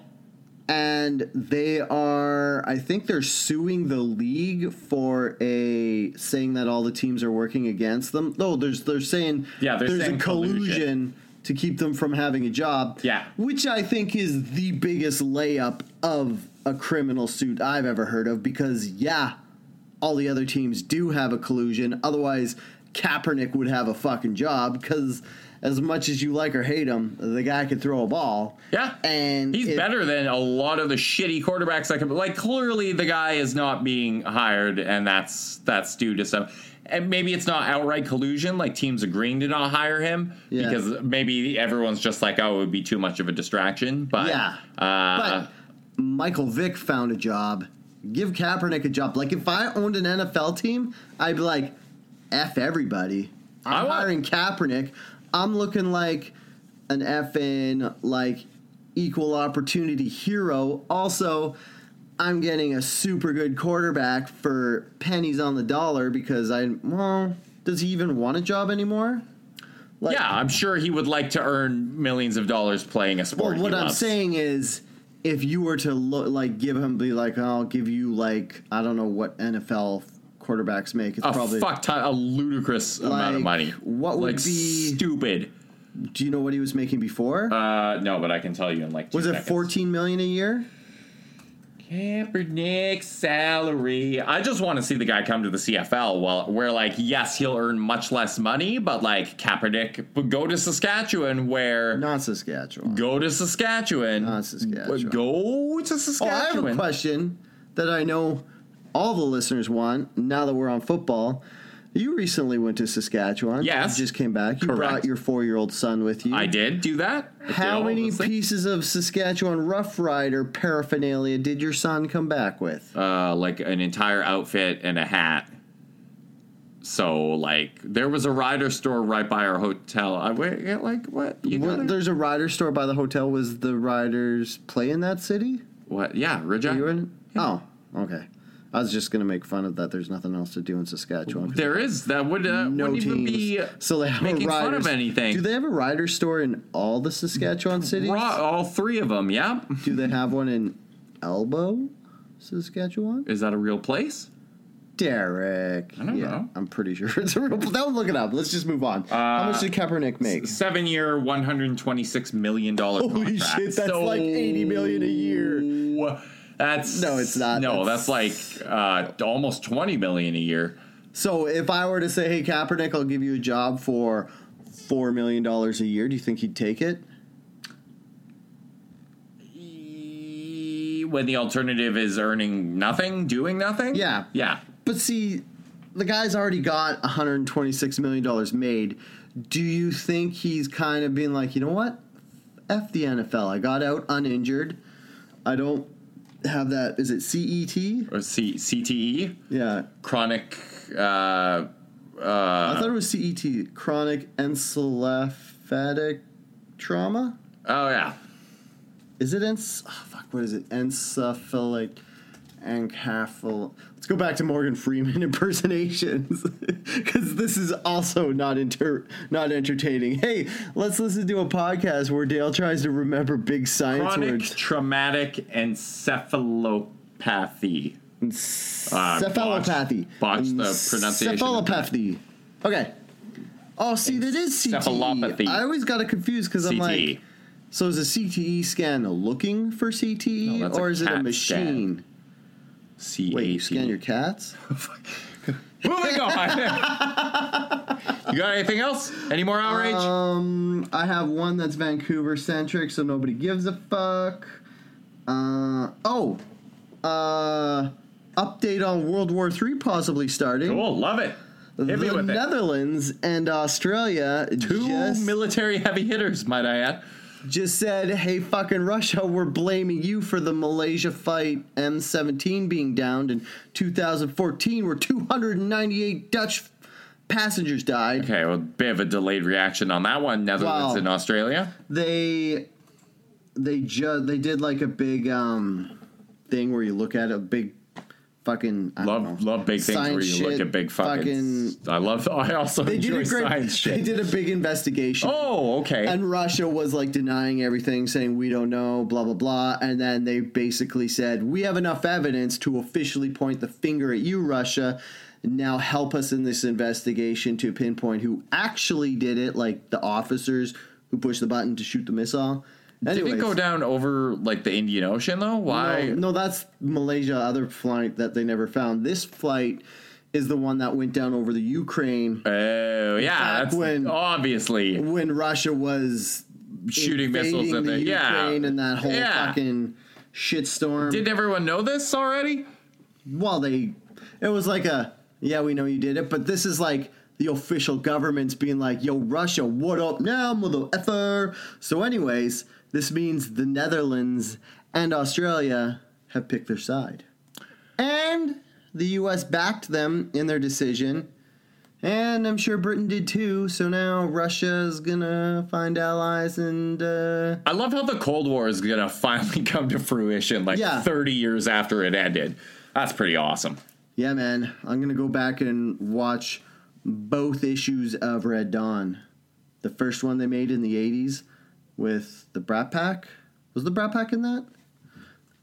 S1: And they are, I think they're suing the league for a saying that all the teams are working against them. No, there's they're saying
S2: Yeah, they're
S1: there's
S2: saying
S1: a
S2: collusion.
S1: collusion to keep them from having a job.
S2: Yeah.
S1: Which I think is the biggest layup of a criminal suit I've ever heard of because, yeah, all the other teams do have a collusion. Otherwise, Kaepernick would have a fucking job because as much as you like or hate him, the guy could throw a ball.
S2: Yeah.
S1: and
S2: He's
S1: it-
S2: better than a lot of the shitty quarterbacks that can like clearly the guy is not being hired and that's that's due to some and maybe it's not outright collusion, like teams agreeing to not hire him
S1: Yeah.
S2: because maybe everyone's just like, oh, it would be too much of a distraction. But
S1: Yeah.
S2: uh,
S1: But Michael Vick found a job. Give Kaepernick a job. Like if I owned an NFL team, I'd be like, "F everybody."
S2: I
S1: I'm
S2: want-
S1: hiring Kaepernick. I'm looking like an effing like equal opportunity hero. Also, I'm getting a super good quarterback for pennies on the dollar because I well, does he even want a job anymore? Like,
S2: yeah, I'm sure he would like to earn millions of dollars playing a sport.
S1: Well,
S2: he
S1: what I'm
S2: loves.
S1: saying is, if you were to look, like give him, be like, I'll give you like I don't know what NFL quarterbacks make. It's
S2: a
S1: probably.
S2: fuck ton, a ludicrous amount
S1: Like,
S2: of money.
S1: what would
S2: Like,
S1: be-
S2: stupid?
S1: Do you know what he was making before?
S2: Uh, no, but I can tell you in like two
S1: was it
S2: seconds.
S1: 14 million a year?
S2: Kaepernick's salary. I just want to see the guy come to the CFL. Well, where like yes, he'll earn much less money, but like Kaepernick, but go to Saskatchewan where.
S1: Not Saskatchewan.
S2: Go to Saskatchewan.
S1: Not Saskatchewan. oh, I
S2: Go to
S1: have
S2: Saskatchewan.
S1: a question that I know all the listeners want. Now that we're on football. You recently went to Saskatchewan.
S2: Yes.
S1: You just came back. You
S2: Correct.
S1: brought your four year old son with you.
S2: I did do that.
S1: How
S2: Did all
S1: many
S2: those things.
S1: pieces of Saskatchewan Rough Rider paraphernalia did your son come back with?
S2: uh, like an entire outfit and a hat. So like there was a rider store right by our hotel. I wait, yeah, like what? You know
S1: What-
S2: there-
S1: there's a rider store by the hotel. Was the riders play in that city?
S2: what? Yeah,
S1: Are you
S2: Regina.
S1: in? Oh, okay. I was just gonna make fun of that. There's nothing else to do in Saskatchewan. 'cause
S2: There is that would uh,
S1: no
S2: wouldn't even be
S1: teams. so they have
S2: making
S1: a
S2: fun of
S1: riders-
S2: anything.
S1: Do they have a rider store in all the Saskatchewan cities?
S2: Raw, all three of them. Yeah,
S1: Do they have one in Elbow, Saskatchewan?
S2: is that a real place?
S1: Derek.
S2: I don't
S1: yeah,
S2: know. Uh,
S1: I'm pretty sure it's a real. Don't look it up. Let's just move on. How much did Kaepernick make?
S2: Seven year, one hundred twenty six million dollar.
S1: Holy
S2: contract.
S1: shit, that's
S2: So-
S1: like 80 million a year.
S2: That's
S1: No, it's not.
S2: No,
S1: That's-
S2: that's, like uh, almost twenty million a year.
S1: So if I were to say, "Hey Kaepernick, I'll give you a job for four million dollars a year," do you think he'd take it?
S2: E, when the alternative is earning nothing, doing nothing.
S1: Yeah.
S2: yeah.
S1: But see, the guy's already got 126 million dollars made. Do you think he's kind of being like, you know what? F the NFL. I got out uninjured. I don't have that. Is it CET?
S2: Or Uh, C- CTE,
S1: Yeah,
S2: chronic. Uh,
S1: I thought it was CET, chronic encephalopathic trauma.
S2: oh yeah,
S1: Is it ens? Oh, fuck, what is it? Encephalic, encephal. Let's go back to Morgan Freeman impersonations because this is also not inter not entertaining. Hey, let's listen to a podcast where Dale tries to remember big science
S2: chronic
S1: words.
S2: traumatic encephalopathy. Uh,
S1: Cephalopathy. Mm,
S2: botched- botched the pronunciation.
S1: Cephalopathy. Okay. Oh, see, that is CTE.
S2: Encephalopathy.
S1: I always got it confused because I'm
S2: CTE.
S1: like, so is a CTE scan looking for CTE
S2: No, that's a
S1: or is it a
S2: CAT
S1: machine?
S2: C
S1: Wait,
S2: A
S1: you scan your
S2: T.
S1: cats?
S2: Moving on. you got anything else? Any more outrage?
S1: Um, I have one that's Vancouver centric, so nobody gives a fuck. Uh, oh, uh, update on World War III possibly starting.
S2: cool, love it. Hit me
S1: the
S2: with it.
S1: Netherlands and Australia
S2: Two
S1: just,
S2: military heavy hitters, might I add.
S1: just said, "Hey, fucking Russia, we're blaming you for the Malaysia fight M17 being downed in 2014, where 298 Dutch passengers died."
S2: Okay, well, bit of a delayed reaction on that one. Netherlands
S1: Wow.
S2: and Australia.
S1: they they ju- they did like a big um thing where you look at a big fucking I
S2: Love
S1: don't know.
S2: love big things where
S1: Science
S2: you look
S1: shit,
S2: at big fucking. I love. I also
S1: they did
S2: enjoy
S1: a great
S2: science shit.
S1: they did a big investigation
S2: oh, okay.
S1: and Russia was like denying everything saying we don't know blah blah blah and then they basically said we have enough evidence to officially point the finger at you Russia now help us in this investigation to pinpoint who actually did it like the officers who pushed the button to shoot the missile
S2: did it
S1: Anyways.
S2: go down over like the Indian Ocean though? Why?
S1: No, no, that's Malaysia. Other flight that they never found. This flight is the one that went down over the Ukraine
S2: Oh yeah,
S1: Back
S2: that's
S1: when-
S2: obviously
S1: when Russia was
S2: shooting missiles at
S1: invading
S2: the, yeah
S1: Ukraine and that whole
S2: yeah.
S1: fucking shitstorm.
S2: Did everyone know this already?
S1: well, they it was like a yeah, we know you did it, but this is like the official government's being like, "Yo, Russia, what up now, mother effer?" So, anyways, this means the Netherlands and Australia have picked their side, and the U.S. backed them in their decision. And I'm sure Britain did too, so now Russia's gonna find allies and uh,
S2: I love how the Cold War is gonna finally come to fruition like
S1: Yeah.
S2: 30 years after it ended. That's pretty awesome.
S1: Yeah, man. I'm going to go back and watch both issues of Red Dawn. The first one they made in the 80s with the Brat Pack. Was the Brat Pack in that?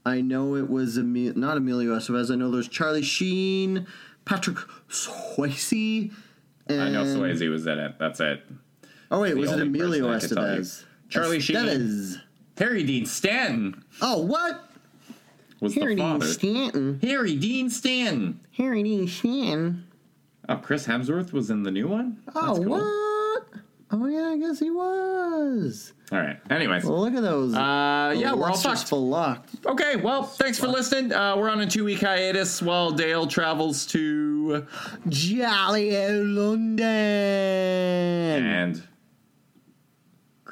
S1: I know it was Emil- not Emilio Estevez. I know there's Charlie Sheen, Patrick Swayze. And,
S2: I know Swayze was in it. That's it.
S1: Oh, wait,
S2: the
S1: was it
S2: only
S1: Emilio
S2: person I could tell you.
S1: Estevez?
S2: Charlie Sheen.
S1: Estevez.
S2: Harry Dean Stanton
S1: Oh, what?
S2: was
S1: Harry
S2: the
S1: Dean
S2: father.
S1: Stanton.
S2: Harry Dean Stanton.
S1: Harry Dean Stanton.
S2: Oh, Chris Hemsworth was in the new one.
S1: Oh, what? Oh, yeah, I guess he was.
S2: All right. Anyways.
S1: Well, look at those.
S2: Uh, yeah, we're all fucked.
S1: Full luck.
S2: Okay, well, thanks for listening. Uh, we're on a two week hiatus while Dale travels to.
S1: Jolly old London.
S2: And.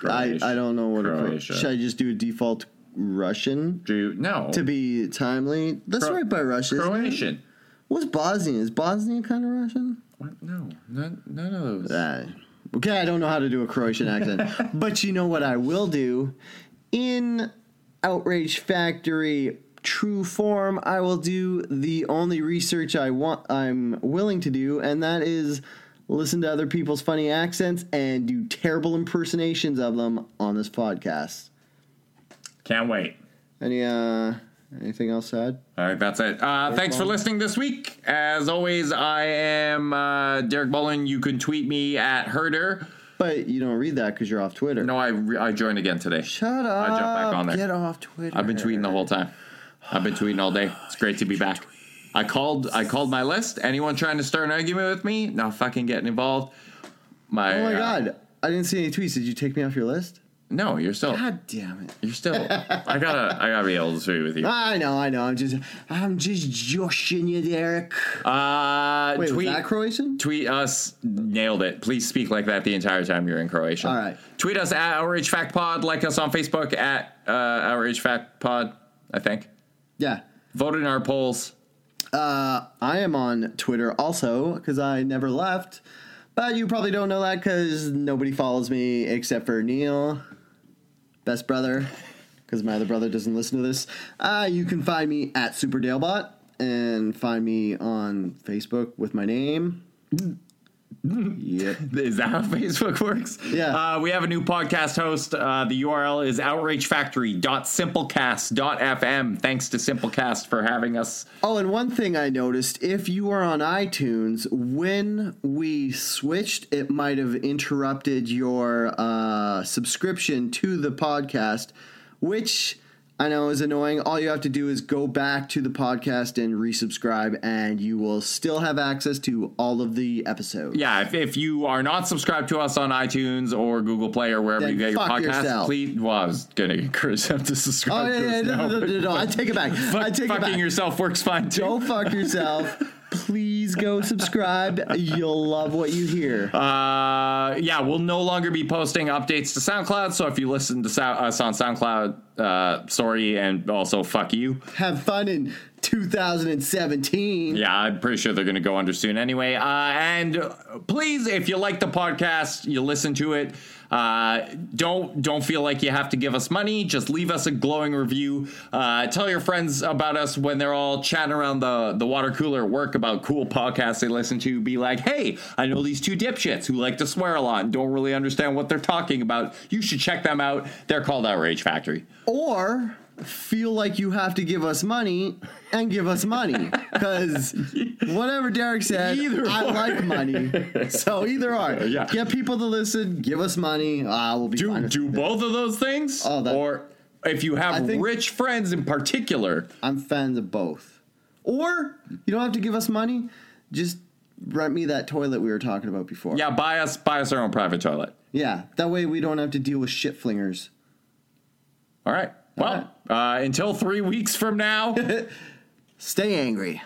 S1: I, I don't know what. It,
S2: Croatia.
S1: should I just do a default Russian
S2: Do, no.
S1: to be timely? That's
S2: Cro-
S1: right by Russia. isn't it?
S2: Croatian.
S1: What's Bosnian? Is Bosnia kind of Russian?
S2: What? No, none, none of those.
S1: Uh, okay, I don't know how to do a Croatian accent, but you know what I will do in Outrage Factory true form. I will do the only research I want, I'm willing to do, and that is listen to other people's funny accents and do terrible impersonations of them on this podcast.
S2: Can't wait.
S1: Any uh, anything else to add?
S2: All right, that's it. Uh, thanks for listening this week. As always, I am uh, Derek Bolin. You can tweet me at Herder.
S1: But you don't read that because you're off Twitter.
S2: No, I, re- I joined again today.
S1: Shut up.
S2: jumped back on there.
S1: Get off Twitter.
S2: I've been tweeting the whole time. I've been tweeting all day. It's great to be back. I called. I called my list. Anyone trying to start an argument with me? Not fucking getting involved. My.
S1: Oh my
S2: uh,
S1: god. I didn't see any tweets. Did you take me off your list?
S2: no, you're still.
S1: God damn it.
S2: You're still. I gotta. I gotta be able to agree with you.
S1: I know, I know. I'm just I'm just joshing you, Derek.
S2: Uh,
S1: Wait,
S2: tweet.
S1: was that Croatian?
S2: Tweet us, nailed it. Please speak like that the entire time you're in Croatia.
S1: All right.
S2: Tweet us at Outrage Fact Pod. Like us on Facebook at uh, Outrage Fact Pod. I think.
S1: Yeah.
S2: Vote in our polls.
S1: I am on Twitter also because I never left. But you probably don't know that because nobody follows me except for Neil, best brother, because my other brother doesn't listen to this. Uh, you can find me at SuperDalebot and find me on Facebook with my name. yep.
S2: Is that how Facebook works?
S1: Yeah.
S2: Uh, we have a new podcast host. Uh, the URL is outragefactory.simplecast.fm. Thanks to Simplecast for having us.
S1: Oh, and one thing I noticed if you are on iTunes, when we switched, it might have interrupted your uh, subscription to the podcast, which I know is annoying. All you have to do is go back to the podcast and resubscribe, and you will still have access to all of the episodes.
S2: Yeah, if, if you are not subscribed to us on iTunes or Google Play or wherever
S1: Then
S2: you get your
S1: fuck
S2: podcast,
S1: yourself.
S2: please. Well, I was going to encourage them to
S1: Oh,
S2: subscribe
S1: yeah,
S2: to
S1: yeah,
S2: us
S1: no,
S2: now,
S1: no, no,
S2: but
S1: no, no, I take it back. I
S2: fuck-
S1: take it
S2: fucking
S1: back.
S2: yourself works fine too.
S1: Go fuck yourself. Please go subscribe. You'll love what you hear.
S2: Uh, yeah, we'll no longer be posting updates to SoundCloud. So if you listen to Sou- uh, us on SoundCloud, uh, sorry, and also fuck you.
S1: have fun in 2017.
S2: Yeah, I'm pretty sure they're going to go under soon anyway. Uh, and uh, please, if you like the podcast, you listen to it. Uh, don't don't feel like you have to give us money. Just leave us a glowing review. Uh, tell your friends about us when they're all chatting around the, the water cooler at work about cool podcasts they listen to. Be like, hey, I know these two dipshits who like to swear a lot and don't really understand what they're talking about. You should check them out. They're called Outrage Factory.
S1: Or feel like you have to give us money and give us money because whatever Derek said,
S2: Either
S1: I
S2: or.
S1: like money. So either or,
S2: Yeah.
S1: get people to listen, give us money. Ah, we'll be fine.
S2: do
S1: with
S2: do
S1: it.
S2: both of those things
S1: Oh, that-
S2: or if you
S1: I
S2: have
S1: think-
S2: rich friends in particular
S1: I'm fans of both. Or you don't have to give us money. Just rent me that toilet we were talking about before.
S2: Yeah, buy us buy us our own private toilet.
S1: Yeah. That way we don't have to deal with shit flingers.
S2: All right. Well, uh, until three weeks from now.
S1: Stay angry.